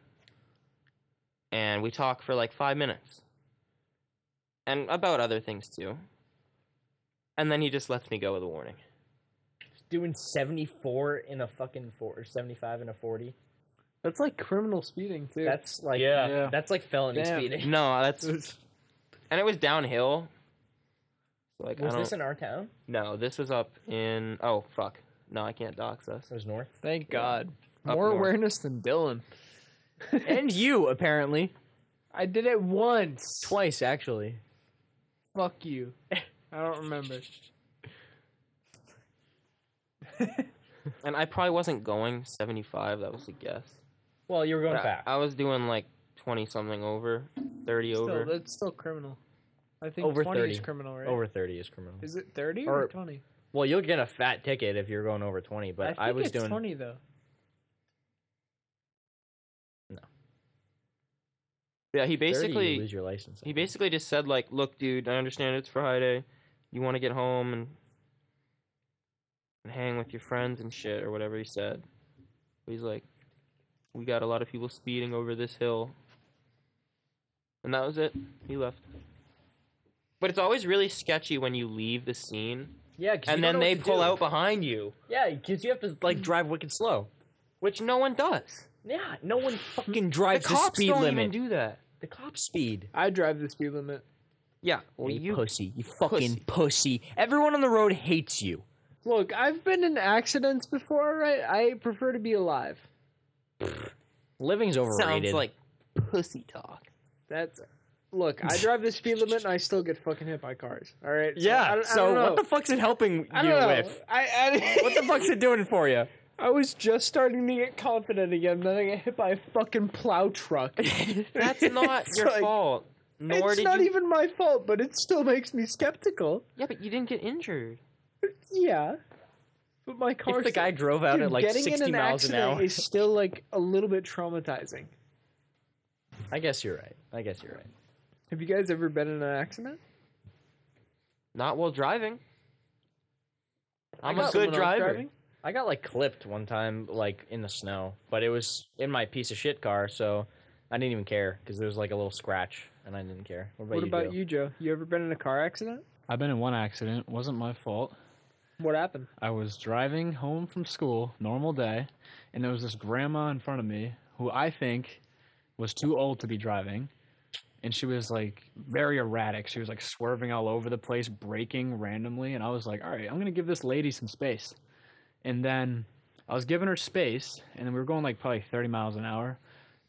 And we talk for like five minutes. And about other things too. And then he just lets me go with a warning. Doing 74 in a fucking 4 or 75 in a 40. That's like criminal speeding too. That's like Yeah. Yeah. that's like felony Damn. speeding. No, that's and it was downhill. So like I Was don't this in our town? no, this was up in oh fuck. No, I can't dox us. It was north. Thank God. Up More north. awareness than Dylan. and you apparently I did it once. twice actually. Fuck you. I don't remember. And I probably wasn't going seventy five, that was a guess. Well, you were going But I, back. I was doing like twenty something over, thirty over. Still, that's still criminal. I think Over 20 is 30. criminal, right? Over 30 is criminal. Is it 30 Or- or 20? Well, you'll get a fat ticket if you're going over 20, but I, I, think was it's doing 20 though. yeah, he 30, you basically lose your license. He basically just said like, "Look, dude, I understand it's Friday. You want to get home and and hang with your friends and shit or whatever he said." But he's like, "We got a lot of people speeding over this hill." And that was it. He left. But it's always really sketchy when you leave the scene Yeah, 'cause you and don't then know what they to pull do. out behind you, Yeah, because you have to like drive wicked slow. which no one does. Yeah, no one fucking The drives the, cops speed don't limit. even do that. the cop speed. I drive the speed limit. Yeah, well, you, you pussy. You fucking pussy. Everyone on the road hates you. Look, I've been in accidents before, right? I prefer to be alive. Living's overrated. sounds like pussy talk. That's look, I drive the speed limit and I still get fucking hit by cars. All right. So I yeah. don't- I So don't know. what the fuck's it helping I you don't know. with? I, I What the fuck's it doing for you? I was just starting to get confident again. Then I get hit by a fucking plow truck. That's not It's your like- fault. Nor it's did not you. even my fault, but it still makes me skeptical. Yeah, but you didn't get injured. Yeah. But my car. If the guy drove out Dude, at like getting in 60 an miles an accident hour, is still like a little bit traumatizing. I guess you're right. I guess you're right. Have you guys ever been in an accident? Not while driving. I'm a good got someone else driver. driving. I got like clipped one time, like in the snow, but it was in my piece of shit car, so I didn't even care because there was like a little scratch, and I didn't care. What about what you? about Joe? you, Joe? You ever been in a car accident? I've been in one accident. Wasn't my fault. What happened? I was driving home from school, normal day, and there was this grandma in front of me who I think was too old to be driving. And she was like very erratic. She was like swerving all over the place, braking randomly. And I was like, all right, I'm going to give this lady some space. And then I was giving her space, and then we were going like probably 30 miles an hour.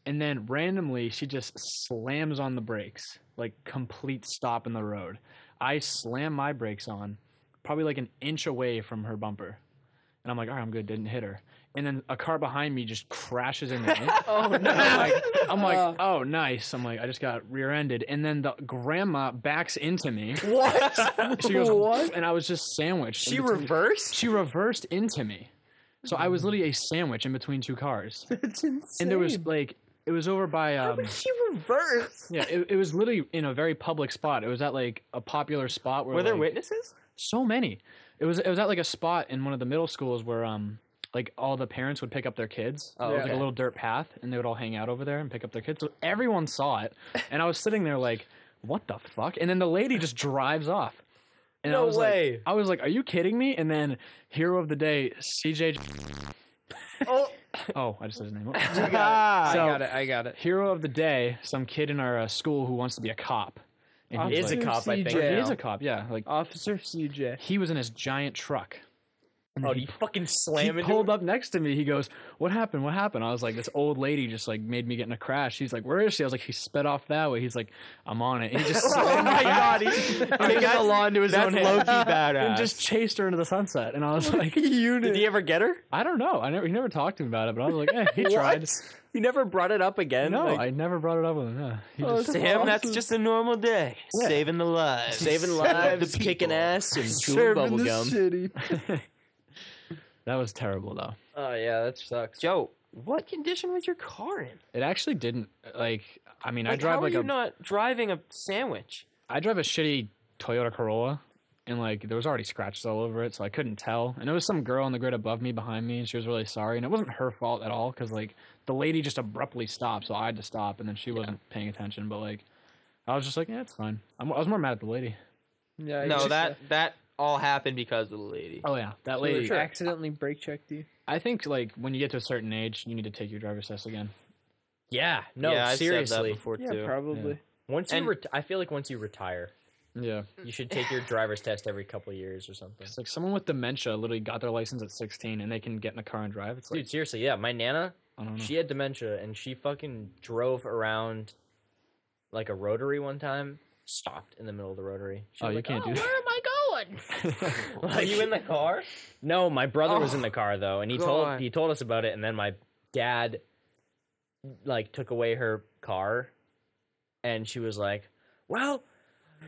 And then randomly, she just slams on the brakes, like complete stop in the road. I slam my brakes on, probably like an inch away from her bumper. And I'm like, all right, I'm good. Didn't hit her. And then a car behind me just crashes into me. Oh I'm like, I'm like, Uh. oh, nice. I'm like, I just got rear ended. And then the grandma backs into me. what? She goes, what? and I was just sandwiched. in She between- reversed. she reversed into me. So I was literally a sandwich in between two cars. That's insane. And there was like, it was over by, um, She reversed. yeah, it, it was literally in a very public spot. It was at like a popular spot where Were there like, witnesses? so many. It was it was at like a spot in one of the middle schools where um like all the parents would pick up their kids. Uh, Oh, it was like okay. a little dirt path, and they would all hang out over there and pick up their kids. So everyone saw it, and I was sitting there like, "What the fuck?" And then the lady just drives off. And I No was like- way. I was like, "Are you kidding me?" And then hero of the day, CJ. Oh. oh, I just said his name. I So- got it. I got it. Hero of the day, some kid in our uh, school who wants to be a cop. And he's Oh, Is a like- cop, I think. He CJ. is a cop. Yeah, like Officer CJ. he was in his giant truck. And Oh, he you fucking slam he into pulled it? up next to me. He goes, "What happened? What happened?" I was like, "This old lady just like made me get in a crash." He's like, "Where is she?" I was like, "She sped off that way." He's like, "I'm on it." And he just Oh slammed my me god, back he's I mean, taking the law into his that's own low-key hands. and just chased her into the sunset. And I was like, Did he ever get her? "I don't know. I never he never talked to me about it, but I was like, eh, he tried." You never brought it up again. No, like, I never brought it up with him. Yeah. He Oh, just- To him, that's just a normal day. Yeah. Saving the lives. saving Of lives, the kicking people. ass, and chewing Served in bubble the gum. city. that was terrible though. Oh yeah, that sucks. Joe, what condition was your car in? It actually didn't like. I mean, I Like, drive how like are you a not driving a sandwich? I drive a shitty Toyota Corolla, and like there was already scratches all over it, so I couldn't tell. And there was some girl on the grid above me, behind me, and she was really sorry. And it wasn't her fault at all, because like the lady just abruptly stopped, so I had to stop, and then she wasn't paying attention. But like, I was just like, yeah, it's fine. I'm, I was more mad at the lady. Yeah. I no, guess, that uh, that all happened because of the lady. Oh yeah, that you lady. accidentally brake checked you. I think like when you get to a certain age, you need to take your driver's test again. Yeah, no, yeah, I've said that seriously. before Yeah, too. probably. Once you, And- ret- I feel like once you retire, Yeah, you should take your driver's test every couple years or something. it's like someone with dementia literally got their license at 16, and they can get in a car and drive. It's like Dude, seriously, yeah, my nana, I don't know. she had dementia and she fucking drove around like a rotary one time, stopped in the middle of the rotary. She oh, was you like, can't do "Oh, that. where-" Are you in the car? No, my brother was Oh, in the car though, and he told God. he told us about it, and then my dad like took away her car, and she was like, "Well,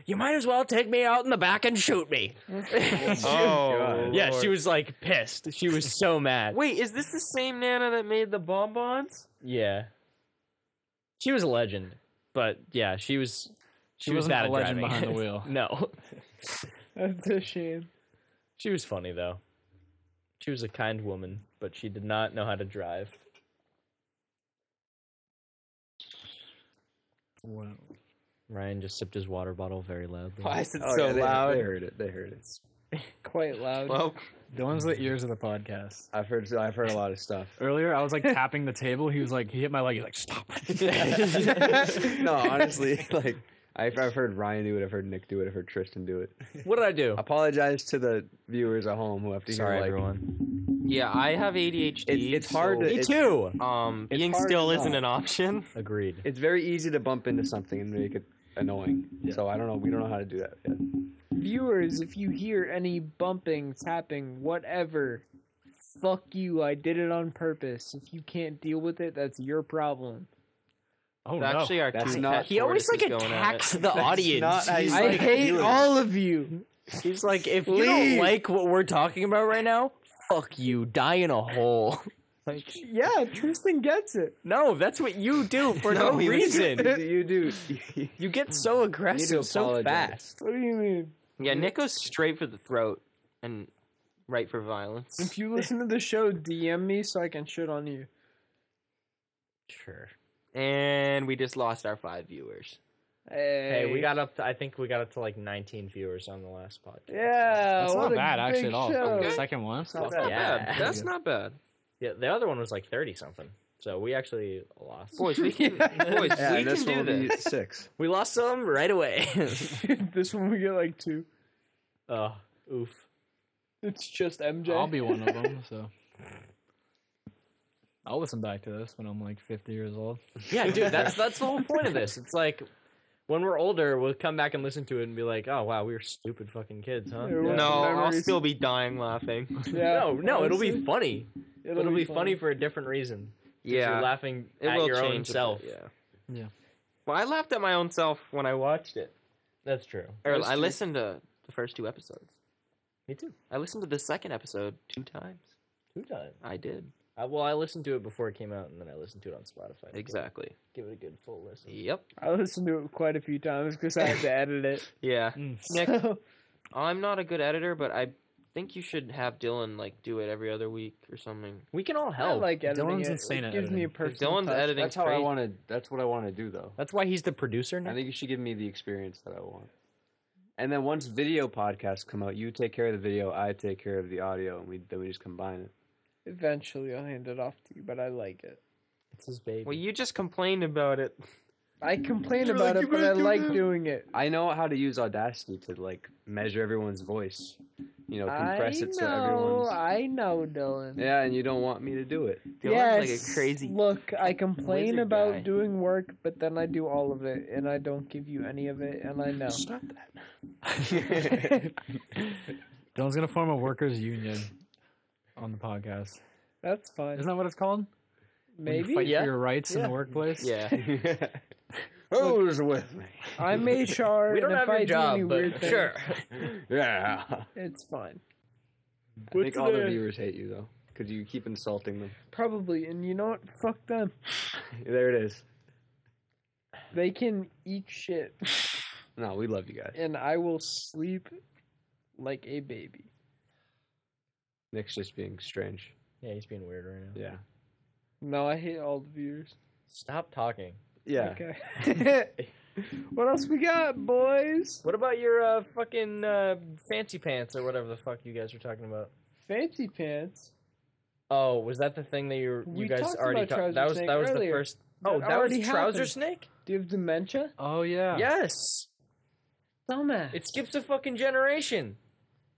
you might as well take me out in the back and shoot me." Oh, yeah, she Lord. was like pissed. She was so mad. Wait, is this the same Nana that made the bonbons? Yeah, she was a legend, but yeah, she was she, She was wasn't bad a at legend driving. behind the wheel. no, That's a shame. she was funny though. She was a kind woman, but she did not know how to drive. Wow. Ryan just sipped his water bottle very loudly. Why is it Oh, so yeah, they, loud? They heard it. They heard it. Quite loud. Well, The ones that ears of the podcast. I've heard. I've heard a lot of stuff. Earlier, I was like tapping the table. He was like, he hit my leg. He's like, stop. no, honestly, like I've, I've heard Ryan do it. I've heard Nick do it. I've heard Tristan do it. What did I do? Apologize to the viewers at home who have to hear. Like, yeah, I have ADHD. It- it's hard so, to- Me It's- too. um, it's being hard still to isn't know. an option. Agreed. It's very easy to bump into something and make it annoying. So I don't know. We don't know how to do that yet. Viewers, if you hear any bumping, tapping, whatever, fuck you. I did it on purpose. If you can't deal with it, that's your problem. Oh It's no! actually our That's two not- cat He always like tortoises going at attacks it. the audience. not how he's, you I like, like hate viewers. all of you. he's like, if you don't like what we're talking about right now, fuck you, die in a hole. Like, Yeah, Tristan gets it. no, that's what you do for no, No, he was- reason. You do. You get so aggressive so apologize. fast. What do you mean? Yeah, Nick goes straight for the throat and right for violence. If you listen to the show, DM me so I can shit on you. Sure. And we just lost our five viewers. Hey, we got up to, I think we got up to like 19 viewers on the last podcast. Yeah, That's what not a bad actually big at all. show. The second one. Not That's not Yeah. bad. That's not bad. Yeah, the other one was like 30 something. So we actually lost. Boys, we can, boys, Yeah, we and this can do one will be this. six. We lost some right away. this one we get like two. Oh, oof. It's just MJ. I'll be one of them. So I'll listen back to this when I'm like 50 years old. Yeah, dude, that's that's the whole point of this. It's like when we're older, we'll come back and listen to it and be like, "Oh wow, we were stupid fucking kids, huh?" Yeah, we're- No, No, I'll Memories. still be dying laughing. Yeah, no, no, it'll honestly, be funny. It'll, It'll, be, funny. for a different reason. 'cause you're Yeah, laughing it at will your own change a bit, self. Yeah. Yeah. Well, I laughed at my own self when I watched it. That's true. Or That's I true. listened to the first two episodes. Me too. I listened to the second episode two times. Two times. I did. I, well, I listened to it before it came out, and then I listened to it on Spotify. Exactly. Give, give it a good full listen. Yep. I listened to it quite a few times because I had to edit it. Yeah. Nick, So, I'm not a good editor, but I think you should have Dylan like do it every other week or something. We can all I help. like editing Dylan's it. insane it at gives me a editing. personal Dylan's touch. editing- That's how I crazy. want to. That's what I want to do, though. that's why he's the producer I now. think you should give me the experience that I want. And then once video podcasts come out, you take care of the video, I take care of the audio, and we then we just combine it. Eventually, I'll hand it off to you, but I like it. It's his baby. Well, you just complained about it. I complain You're about like, it, "You but gotta I do like that." doing it. I know how to use Audacity to like measure everyone's voice, you know, compress I it so know, everyone's. I know, Dylan. Yeah, and you don't want me to do it. Dylan's like a Yes, crazy. Look, I complain wizard about guy. doing work, but then I do all of it, and I don't give you any of it, and I know. Dylan's gonna form a workers' union on the podcast. That's fine. Isn't that what it's called? When you Maybe. fight Yeah. for your rights in Yeah. the workplace. Yeah. Who's with me? I'm HR, we don't and have if I do your any job, weird but things, sure. Yeah. it's fine. I think What's all the the- viewers hate you though, because you keep insulting them. Probably, and you know what? Fuck them. There it is. They can eat shit, No, we love you guys. and I will sleep like a baby. Nick's just being strange. Yeah, he's being weird right now. Yeah. No, I hate all the viewers. Stop talking. Yeah. Okay. what else we got, boys? What about your uh, fucking uh, fancy pants or whatever the fuck you guys were talking about? Fancy pants. Oh, was that the thing that you were- We you guys talked already about talked? Trouser That was Snake that was the earlier. first. Oh, That that was already trouser happened. snake. Do you have dementia? Oh yeah. Yes, Dumbass. it skips a fucking generation.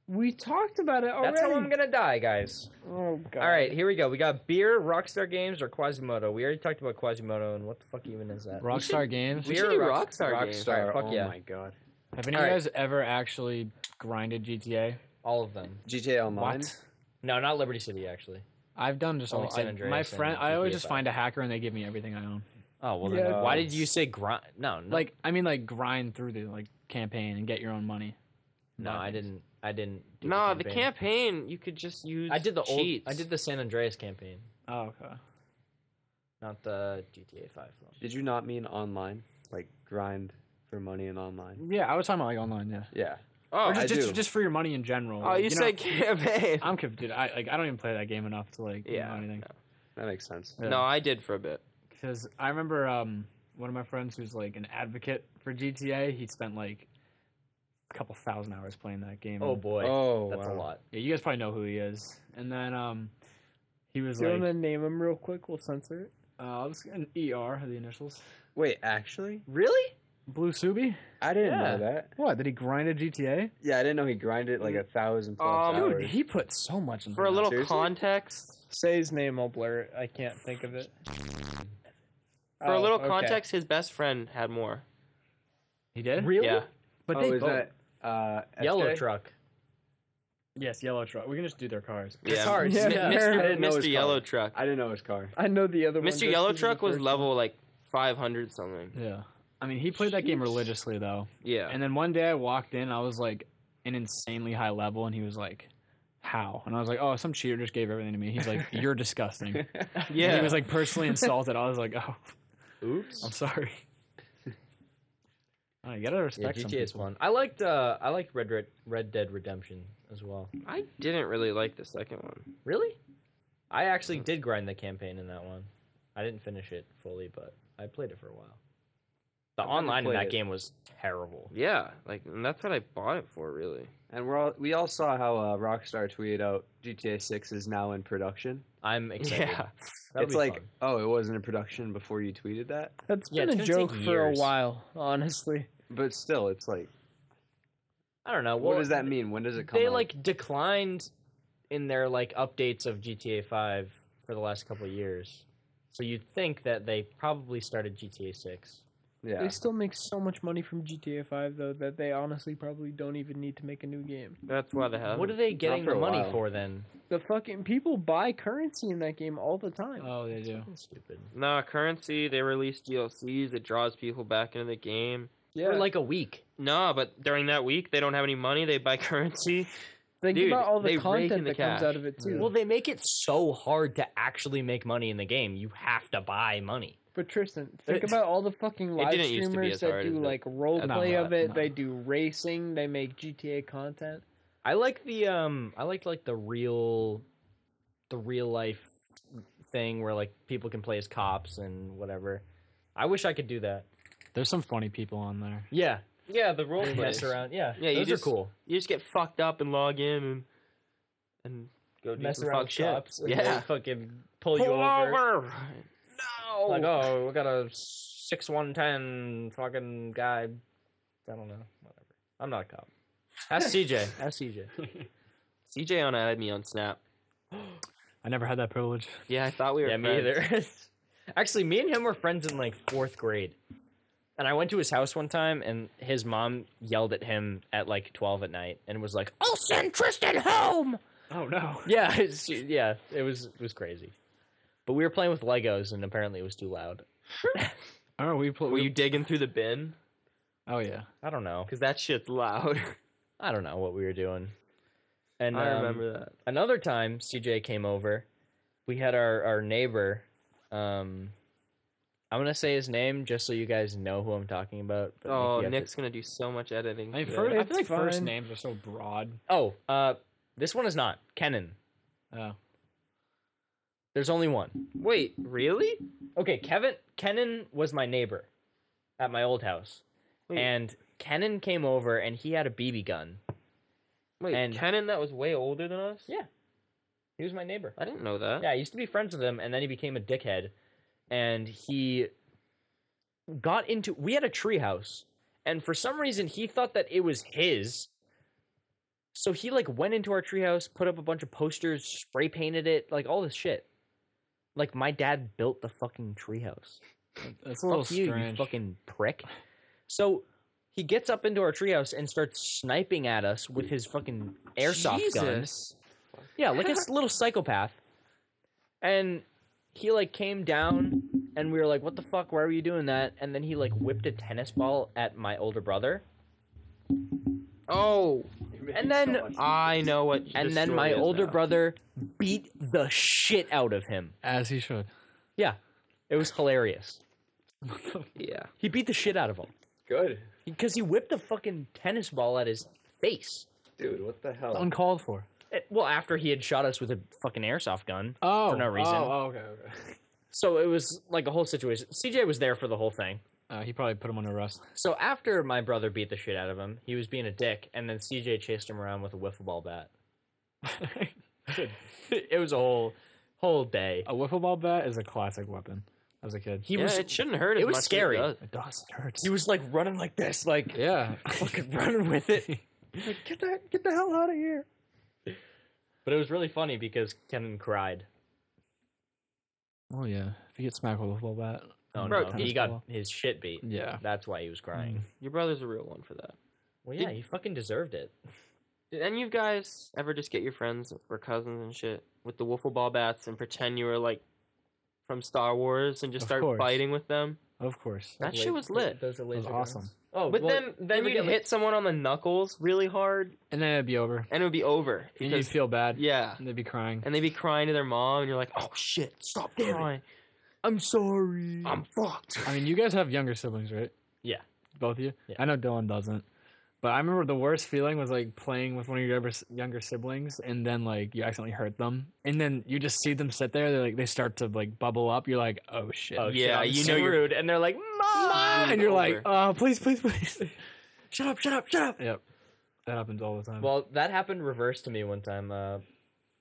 we talked about it already. That's how I'm gonna die, guys. Oh god. All right, here we go. We got beer, Rockstar Games, or Quasimodo. We already talked about Quasimodo, and what the fuck even is that? Rockstar Games. We Beer, should do rock- Rockstar, games. Rockstar. Alright, fuck oh yeah. my god. Have any of you Alright. guys ever actually grinded GTA? All of them. GTA Online. What? No, not Liberty City, actually. I've done just Only all. San Oh, I, Andreas my and friend, I always GTA just five. find a hacker and they give me everything I own. Oh well, Yeah. then why did you say grind? No, no, Like, I mean, like grind through the like campaign and get your own money. no, I didn't. I didn't. do No, the campaign you could just use. I did the old. cheats. I did the San Andreas campaign, Oh okay. not the GTA Five one. Did you not mean online? Like grind for money and online? Yeah, I was talking about like online. Yeah. Yeah. Oh, or just I just, do. just for your money in general. oh, you, know, said campaign. I'm confused. I like I don't even play that game enough to like Yeah, know anything. That makes sense. Yeah. No, I did for a bit. Because I remember um, one of my friends who's like an advocate for GTA. He spent like a couple thousand hours playing that game. Oh boy, oh, that's wow. a lot. Yeah, you guys probably know who he is. And then um, he was Do you want like, to name him real quick? We'll censor it. uh, I'll just an ER are the initials. Wait, actually, Really? Blue Subi. I didn't Yeah. know that. What did he grind a GTA? Yeah, I didn't know he grinded like Mm. a thousand plus Um, Dude, hours. he put so much into For a little Seriously? context, Say his name, I'll blur it. I can't think of it. for a Oh, little okay. context, his best friend had more. He did? Really? Yeah. But oh, they is both. that uh, Yellow SJ? truck. Yes, yellow truck. We can just do their cars. Yeah. hard. Yeah. Mr. Yeah. I didn't know his Mr. Yellow car. Truck. I didn't know his car. I know the other one. just Mr. Yellow 'cause of the Truck was first level like 500 something. Yeah. I mean, he played that game religiously though. Yeah. And then one day I walked in, I was like an insanely high level, and he was like, "How?" And I was like, "Oh, some cheater just gave everything to me." He's like, "You're disgusting." And yeah. he was like personally insulted. I was like, "Oh, Oops. I'm sorry." I you gotta Yeah, respect some GTA is people. fun. I liked uh I liked Red Red Red Dead Redemption as well. I didn't really like the second one. Really? I actually did grind the campaign in that one. I didn't finish it fully, but I played it for a while. The I've never online in played that it. game was terrible. Yeah. Like, and that's what I bought it for, really. And we're all we all saw how uh, Rockstar tweeted out GTA Six is now in production. I'm excited. Yeah. That'll it's be like, fun. oh, it wasn't in production before you tweeted that, one. That's Yeah, been it's a gonna take joke for a years. while, honestly. but still, it's like, I don't know. what well, does that mean? When does it come? They out? like declined in their like updates of GTA 5 for the last couple of years. So you'd think that they probably started GTA 6. yeah, They still make so much money from GTA 5 though that they honestly probably don't even need to make a new game. That's why they have What are they getting for the a money while. for then? The fucking people buy currency in that game all the time. Uh, Oh, they do. That's stupid. Nah, currency, they release DLCs. It draws people back into the game. yeah. For like a week. No, but during that week, they don't have any money. They buy currency. Think dude, about all they the rake in content the that cash. comes out of it too. Well, they make it so hard to actually make money in the game. You have to buy money. But Tristan, think It- about all the fucking live didn't used to be streamers as that hard do as it- like role as play it of it. was. They do racing. They make GTA content. I like the um I like like the real the real life thing where like people can play as cops and whatever. I wish I could do that. There's some funny people on there. Yeah. Yeah, the role plays. mess around. Yeah. Yeah, you those just are cool. You just get fucked up and log in and and go do Mess some around fuck with shit. cops and they Yeah. fucking pull you over. No. Like, oh, we got a six one ten fucking guy. I don't know. Whatever. I'm not a cop. Ask CJ. Ask CJ. CJ on added me on Snap. I never had that privilege. Yeah, I thought we were. yeah, me friends. either. Actually, me and him were friends in like fourth grade, and I went to his house one time, and his mom yelled at him at like twelve at night, and was like, "I'll send Tristan home." Oh no. Yeah, it's, yeah, it was it was crazy. But we were playing with Legos, and apparently it was too loud. Oh, we pl- Were you we, digging through the bin? Oh yeah. I don't know. Because that shit's loud. I don't know what we were doing. And I um, remember that. another time CJ came over, we had our our neighbor. Um, I'm gonna say his name just so you guys know who I'm talking about. but, like, Oh, you have to- Nick's gonna do so much editing. I mean, today. first, I It's feel like first fine. names are so broad. Oh, uh, this one is not Kenan. Oh. There's only one. Wait, really? Okay, Kevin. Kenan was my neighbor at my old house, Wait. and Kenan came over and he had a BB gun. Wait, And- Kenan that was way older than us. Yeah. He was my neighbor. I didn't know that. Yeah, I used to be friends with him, and then he became a dickhead, and he got into. We had a treehouse, and for some reason, he thought that it was his. So he like went into our treehouse, put up a bunch of posters, spray painted it, like all this shit. Like my dad built the fucking treehouse. That's a little Fuck you, you strange. fucking prick. So he gets up into our treehouse and starts sniping at us with his fucking airsoft gun. Jesus. Yeah, like a s- little psychopath. And he like came down and we were like, What the fuck? Why were you doing that? And then he like whipped a tennis ball at my older brother. Oh, And then I know what. and this then my story is older now. brother beat the shit out of him. As he should. Yeah. It was hilarious. Yeah. He beat the shit out of him. good, Because he whipped a fucking tennis ball at his face. dude. What the hell? Uncalled for. It- well, after he had shot us with a fucking airsoft gun. Oh. no reason. Oh, oh, okay, okay. So it was like a whole situation. CJ was there for the whole thing. Uh, he probably put him under arrest. So after my brother beat the shit out of him, he was being a dick, and then CJ chased him around with a wiffle ball bat. it was a whole whole day. A wiffle ball bat is a classic weapon. As a kid, He yeah, was it shouldn't hurt. it as was much as scary. does. it does. It hurts. he was like running like this, like yeah. fucking running with it. Like, get the get the hell out of here. But it was really funny because Kenan cried. Oh yeah. If you get smacked with a wiffle bat, Oh Bro, no, tennis he got ball. his shit beat. Yeah. That's why he was crying. Your brother's a real one for that. Well, yeah, he fucking deserved it. Did any of you guys ever just get your friends or cousins and shit with the wiffle ball bats and pretend you were like from Star Wars and just Of start course. fighting with them? Of course. That shit was lit. Those are It was laser guns. awesome. Oh, But well, then, then we you'd get, like- hit someone on the knuckles really hard, And then it'd be over. and it would be over. And you'd Because, feel bad. yeah, And they'd be crying. and they'd be crying to their mom, and you're like, "Oh shit, stop Damn it. crying! I'm sorry. I'm fucked." I mean, you guys have younger siblings, right? Yeah. Both of you? Yeah. I know Dylan doesn't. But I remember the worst feeling was like playing with one of your younger- younger siblings and then like you accidentally hurt them. And then you just see them sit there. They're like, they start to like bubble up. You're like, oh shit. Oh, Yeah, shit, I'm you know you're- screwed. And they're like, Ah! Mom! And you're like, over. oh, please, please, please. shut up, shut up, shut up. Yep. That happens all the time. Well, that happened reverse to me one time. Uh,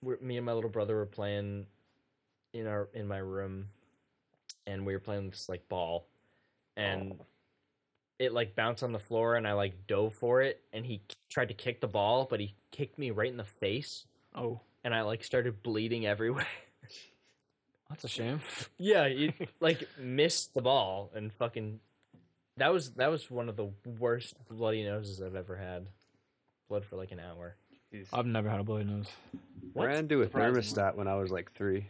we me and my little brother were playing in our in my room, and we were playing this like ball, and it like bounced on the floor, and I like dove for it, and he k- tried to kick the ball, but he kicked me right in the face, oh, and I like started bleeding everywhere. that's a shame. yeah, you like missed the ball and fucking. That was that was one of the worst bloody noses I've ever had. Blood for like an hour. I've never had a bloody nose. What? I ran into a Surprisingly. thermostat when I was like three.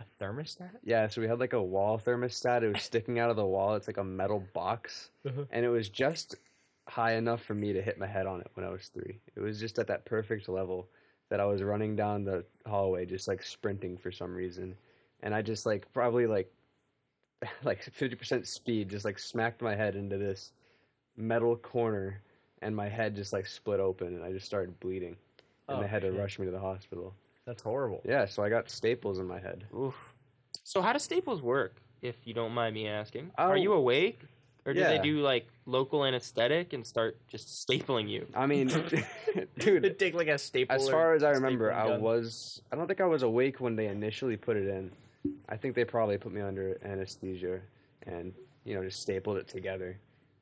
A thermostat? Yeah, so we had like a wall thermostat. It was sticking out of the wall. It's like a metal box, Uh-huh. and it was just high enough for me to hit my head on it when I was three. It was just at that perfect level that I was running down the hallway, just like sprinting for some reason, and I just like probably like like fifty percent speed, just like smacked my head into this metal corner, and my head just like split open, and I just started bleeding, and Oh, they had to shit. rush me to the hospital. That's horrible. Yeah, so I got staples in my head. Oof. So how does Staples work? If you don't mind me asking, are you Oh. awake, or do they Yeah. do like local anesthetic and start just stapling you? I mean, dude, It'd take like a staple. As or far as I stapling remember, I gun. was. I don't think I was awake when they initially put it in. I think they probably put me under anesthesia and you know just stapled it together.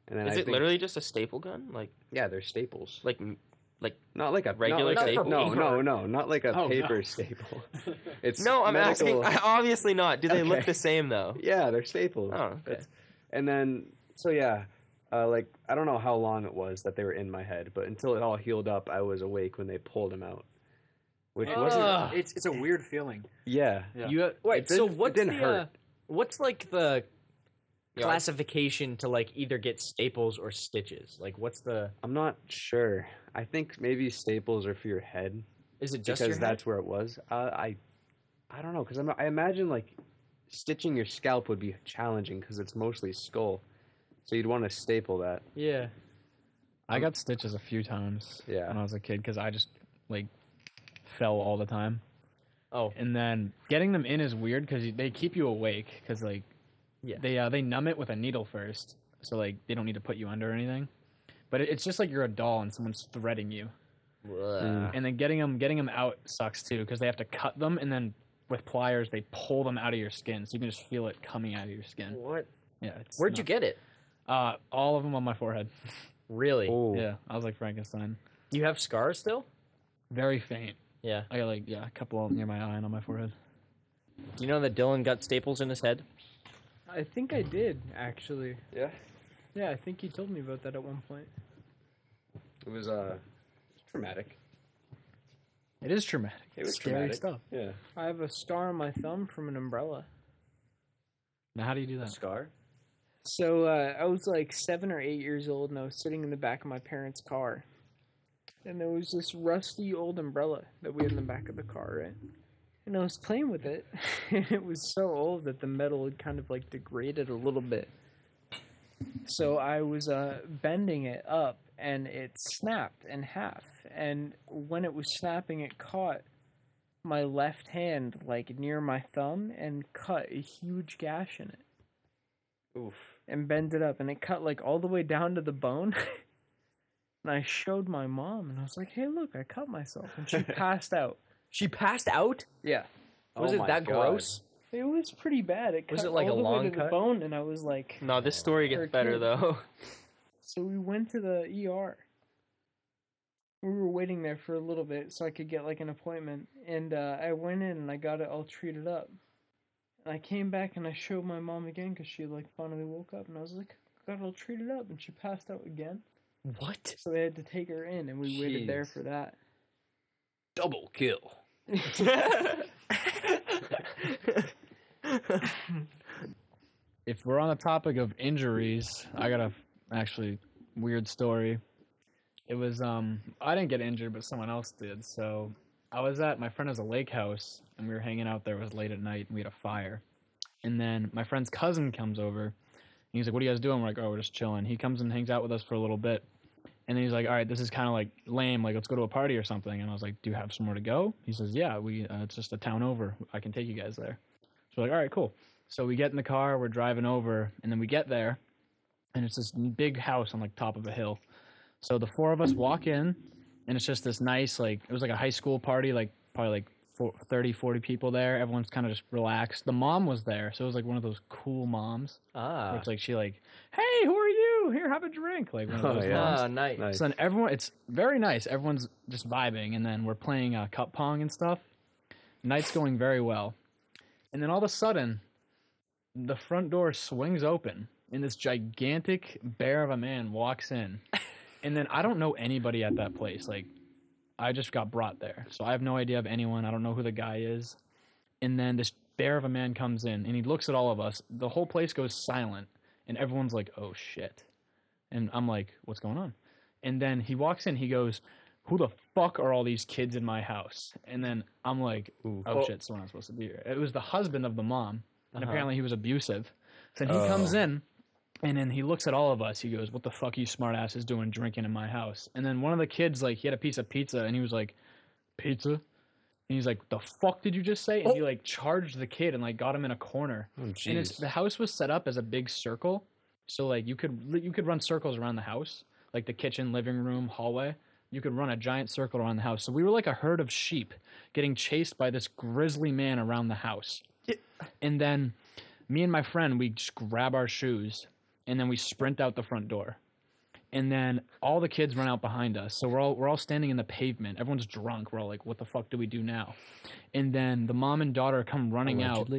And then Is I it think, literally just a staple gun, like Yeah, they're staples. like Not like a not regular like a- staple? No, no, no, not like a Oh, no. paper staple. It's No, I'm medical- asking. Obviously not. Do they look Okay. the same though? Yeah, they're staples. Oh, okay. That's- And then, so yeah, uh, like I don't know how long it was that they were in my head, but until it all healed up, I was awake when they pulled him out. Which wasn't. Ugh. It's it's a weird feeling. Yeah. Yeah. You Wait, wait. So didn't- it what's didn't the uh, hurt. what's like the Yeah. classification to like either get staples or stitches? Like what's the I'm not sure. I think maybe staples are for your head is it just your because head? that's where it was. Uh, I, I don't know because I imagine like stitching your scalp would be challenging because it's mostly skull, so you'd want to staple that. yeah? Mm. I got stitches a few times Yeah. when I was a kid because I just like fell all the time. Oh. And then getting them in is weird because they keep you awake because like Yeah. they uh, they numb it with a needle first, so like they don't need to put you under or anything. But it, it's just like you're a doll and someone's threading you. Mm. And then getting them getting them out sucks too because they have to cut them and then with pliers they pull them out of your skin so you can just feel it coming out of your skin. What? Yeah. It's Where'd you get it? Uh, all of them on my forehead. Really? Oh, Yeah, I was like Frankenstein. You have scars still? Very faint. Yeah. I got like yeah, a couple of them near my eye and on my forehead. You know that Dylan got staples in his head? I think I did actually. yeah. Yeah, I think you told me about that at one point. It was uh, traumatic. It is traumatic. It was scary traumatic. stuff. Yeah. I have a scar on my thumb from an umbrella. Now how do you do that? scar. So uh, I was like seven or eight years old, and I was sitting in the back of my parents' car, and there was this rusty old umbrella that we had in the back of the car, right? And I was playing with it, and it was so old that the metal had kind of like degraded a little bit. So I was uh, bending it up, and it snapped in half. And when it was snapping, it caught my left hand like near my thumb and cut a huge gash in it Oof. and bent it up and it cut like all the way down to the bone. and I showed my mom and I was like, "Hey, look, I cut myself." And she passed out. She passed out? Yeah. Was Oh it my that God. gross? It was pretty bad. It cut Was it, like, all a the long way to the cut? bone and I was like, No, this story Or gets better kid. though. so we went to the ER. We were waiting there for a little bit so I could get like an appointment and uh, I went in and I got it all treated up. I came back and I showed my mom again because she like finally woke up, and I was like, "Got all treated up," and she passed out again. What? So they had to take her in, and we waited there Jeez. for that. Double kill. if we're on the topic of injuries, I got a f- actually weird story. It was um I didn't get injured, but someone else did. So I was at my friend has a lake house, and we were hanging out there. It was late at night, and we had a fire. And then my friend's cousin comes over, and he's like, "What are you guys doing?" We're like, "Oh, we're just chilling." He comes and hangs out with us for a little bit, and then he's like, "All right, this is kind of like lame. Like, let's go to a party or something." And I was like, "Do you have somewhere to go?" He says, "Yeah, we uh, it's just a town over. I can take you guys there." So we're like, "All right, cool." So we get in the car, we're driving over, and then we get there, and it's this big house on like top of a hill. So the four of us walk in, and it's just this nice like it was like a high school party, like probably like four, 30, 40 people there. Everyone's kind of just relaxed. The mom was there, so it was like one of those cool moms. where Ah. It's like she like, hey, who are you? Here, have a drink. Like one of Oh, those yeah. moms. Ah, Uh, nice. Nice. So then everyone, it's very nice. Everyone's just vibing, and then we're playing uh, cup pong and stuff. Night's going very well, and then all of a sudden, the front door swings open, and this gigantic bear of a man walks in. and then I don't know anybody at that place. Like, I just got brought there, so I have no idea of anyone. I don't know who the guy is. And then this bear of a man comes in, and he looks at all of us. The whole place goes silent, and everyone's like, "Oh shit." And I'm like, what's going on? And then he walks in, he goes, Who the fuck are all these kids in my house? And then I'm like, Oh shit, someone I'm supposed to be here. It was the husband of the mom, and apparently he was abusive. So then he comes in and then he looks at all of us. He goes, What the fuck you smartasses doing drinking in my house? And then one of the kids, like, he had a piece of pizza and he was like, Pizza? And he's like, The fuck did you just say? And he like charged the kid and like got him in a corner. and it's the house was set up as a big circle. So like you could you could run circles around the house, like the kitchen, living room, hallway. You could run a giant circle around the house. So we were like a herd of sheep getting chased by this grizzly man around the house. And then me and my friend, we just grab our shoes and then we sprint out the front door. And then all the kids run out behind us. So we're all we're all standing in the pavement. Everyone's drunk. We're all like, what the fuck do we do now? And then the mom and daughter come running out.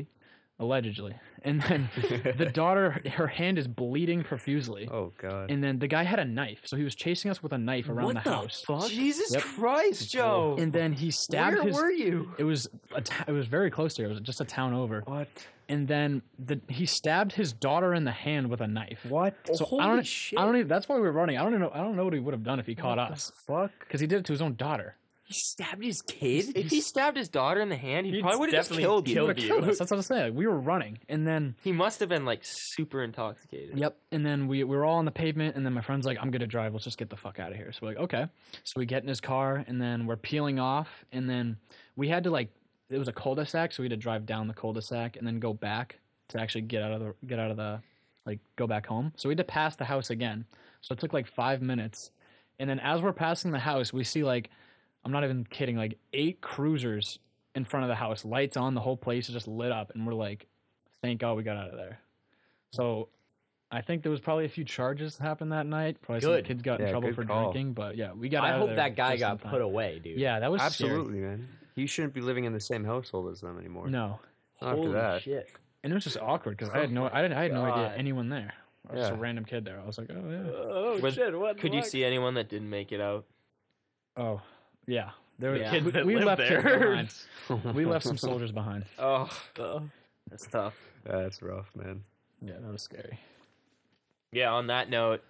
Allegedly. And then the daughter her hand is bleeding profusely. Oh god. And then the guy had a knife, so he was chasing us with a knife around the, house. Jesus Yep. Christ, Joe. And then he stabbed Where his were you? it was a t- it was very close to here. It was just a town over. What? And then the, he stabbed his daughter in the hand with a knife. What? So I Holy don't. e, shit. I don't even. That's why we were running. I don't even know. I don't know what he would have done if he caught us Fuck. because he did it to his own daughter. He stabbed his kid? if he stabbed his daughter in the hand, he He'd probably would have just definitely killed, He would you. have killed us. That's what I'm saying. Like, we were running, and then He must have been like super intoxicated. Yep. And then we, we were all on the pavement, and then my friend's like, I'm going to drive. Let's just get the fuck out of here. So we're like, okay. So we get in his car, and then we're peeling off, and then we had to, like, it was a cul-de-sac, so we had to drive down the cul-de-sac and then go back to actually get out of the, get out of the, like, go back home. So we had to pass the house again. So it took like five minutes. And then as we're passing the house, we see, like, I'm not even kidding, like, eight cruisers in front of the house, lights on, the whole place is just lit up, and we're like, thank God we got out of there. So I think there was probably a few charges that happened that night. Probably some Good. kids got in Yeah, trouble good for call. drinking, but yeah, we got. I out of hope there that guy just in got time. put away, dude. Yeah, that was scary. Absolutely, man. You shouldn't be living in the same household as them anymore. No, Not after that. shit. and it was just awkward because I had no, I didn't, I had no idea God. anyone there. Or Just a Yeah. random kid there. I was like, oh yeah, Oh Was- shit! What? Could you see anyone that didn't make it out? oh yeah. There were Yeah. kids Kids that that we lived left kids there. behind. We left some soldiers behind. Oh, that's tough. That's rough, man. Yeah, that was scary. Yeah. On that note,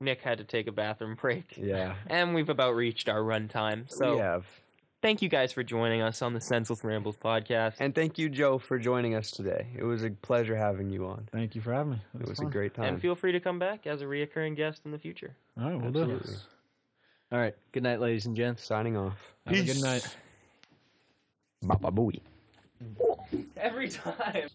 Nick had to take a bathroom break, Yeah. and we've about reached our run time. So we have. thank you guys for joining us on the Senseless Rambles podcast. And thank you, Joe, for joining us today. It was a pleasure having you on. Thank you for having me. It It was a fun. great time. and feel free to come back as a reoccurring guest in the future. All right, we'll do it. Absolutely. All right. Good night, ladies and gents. Signing off. Have a good night. Baba booey. Every time.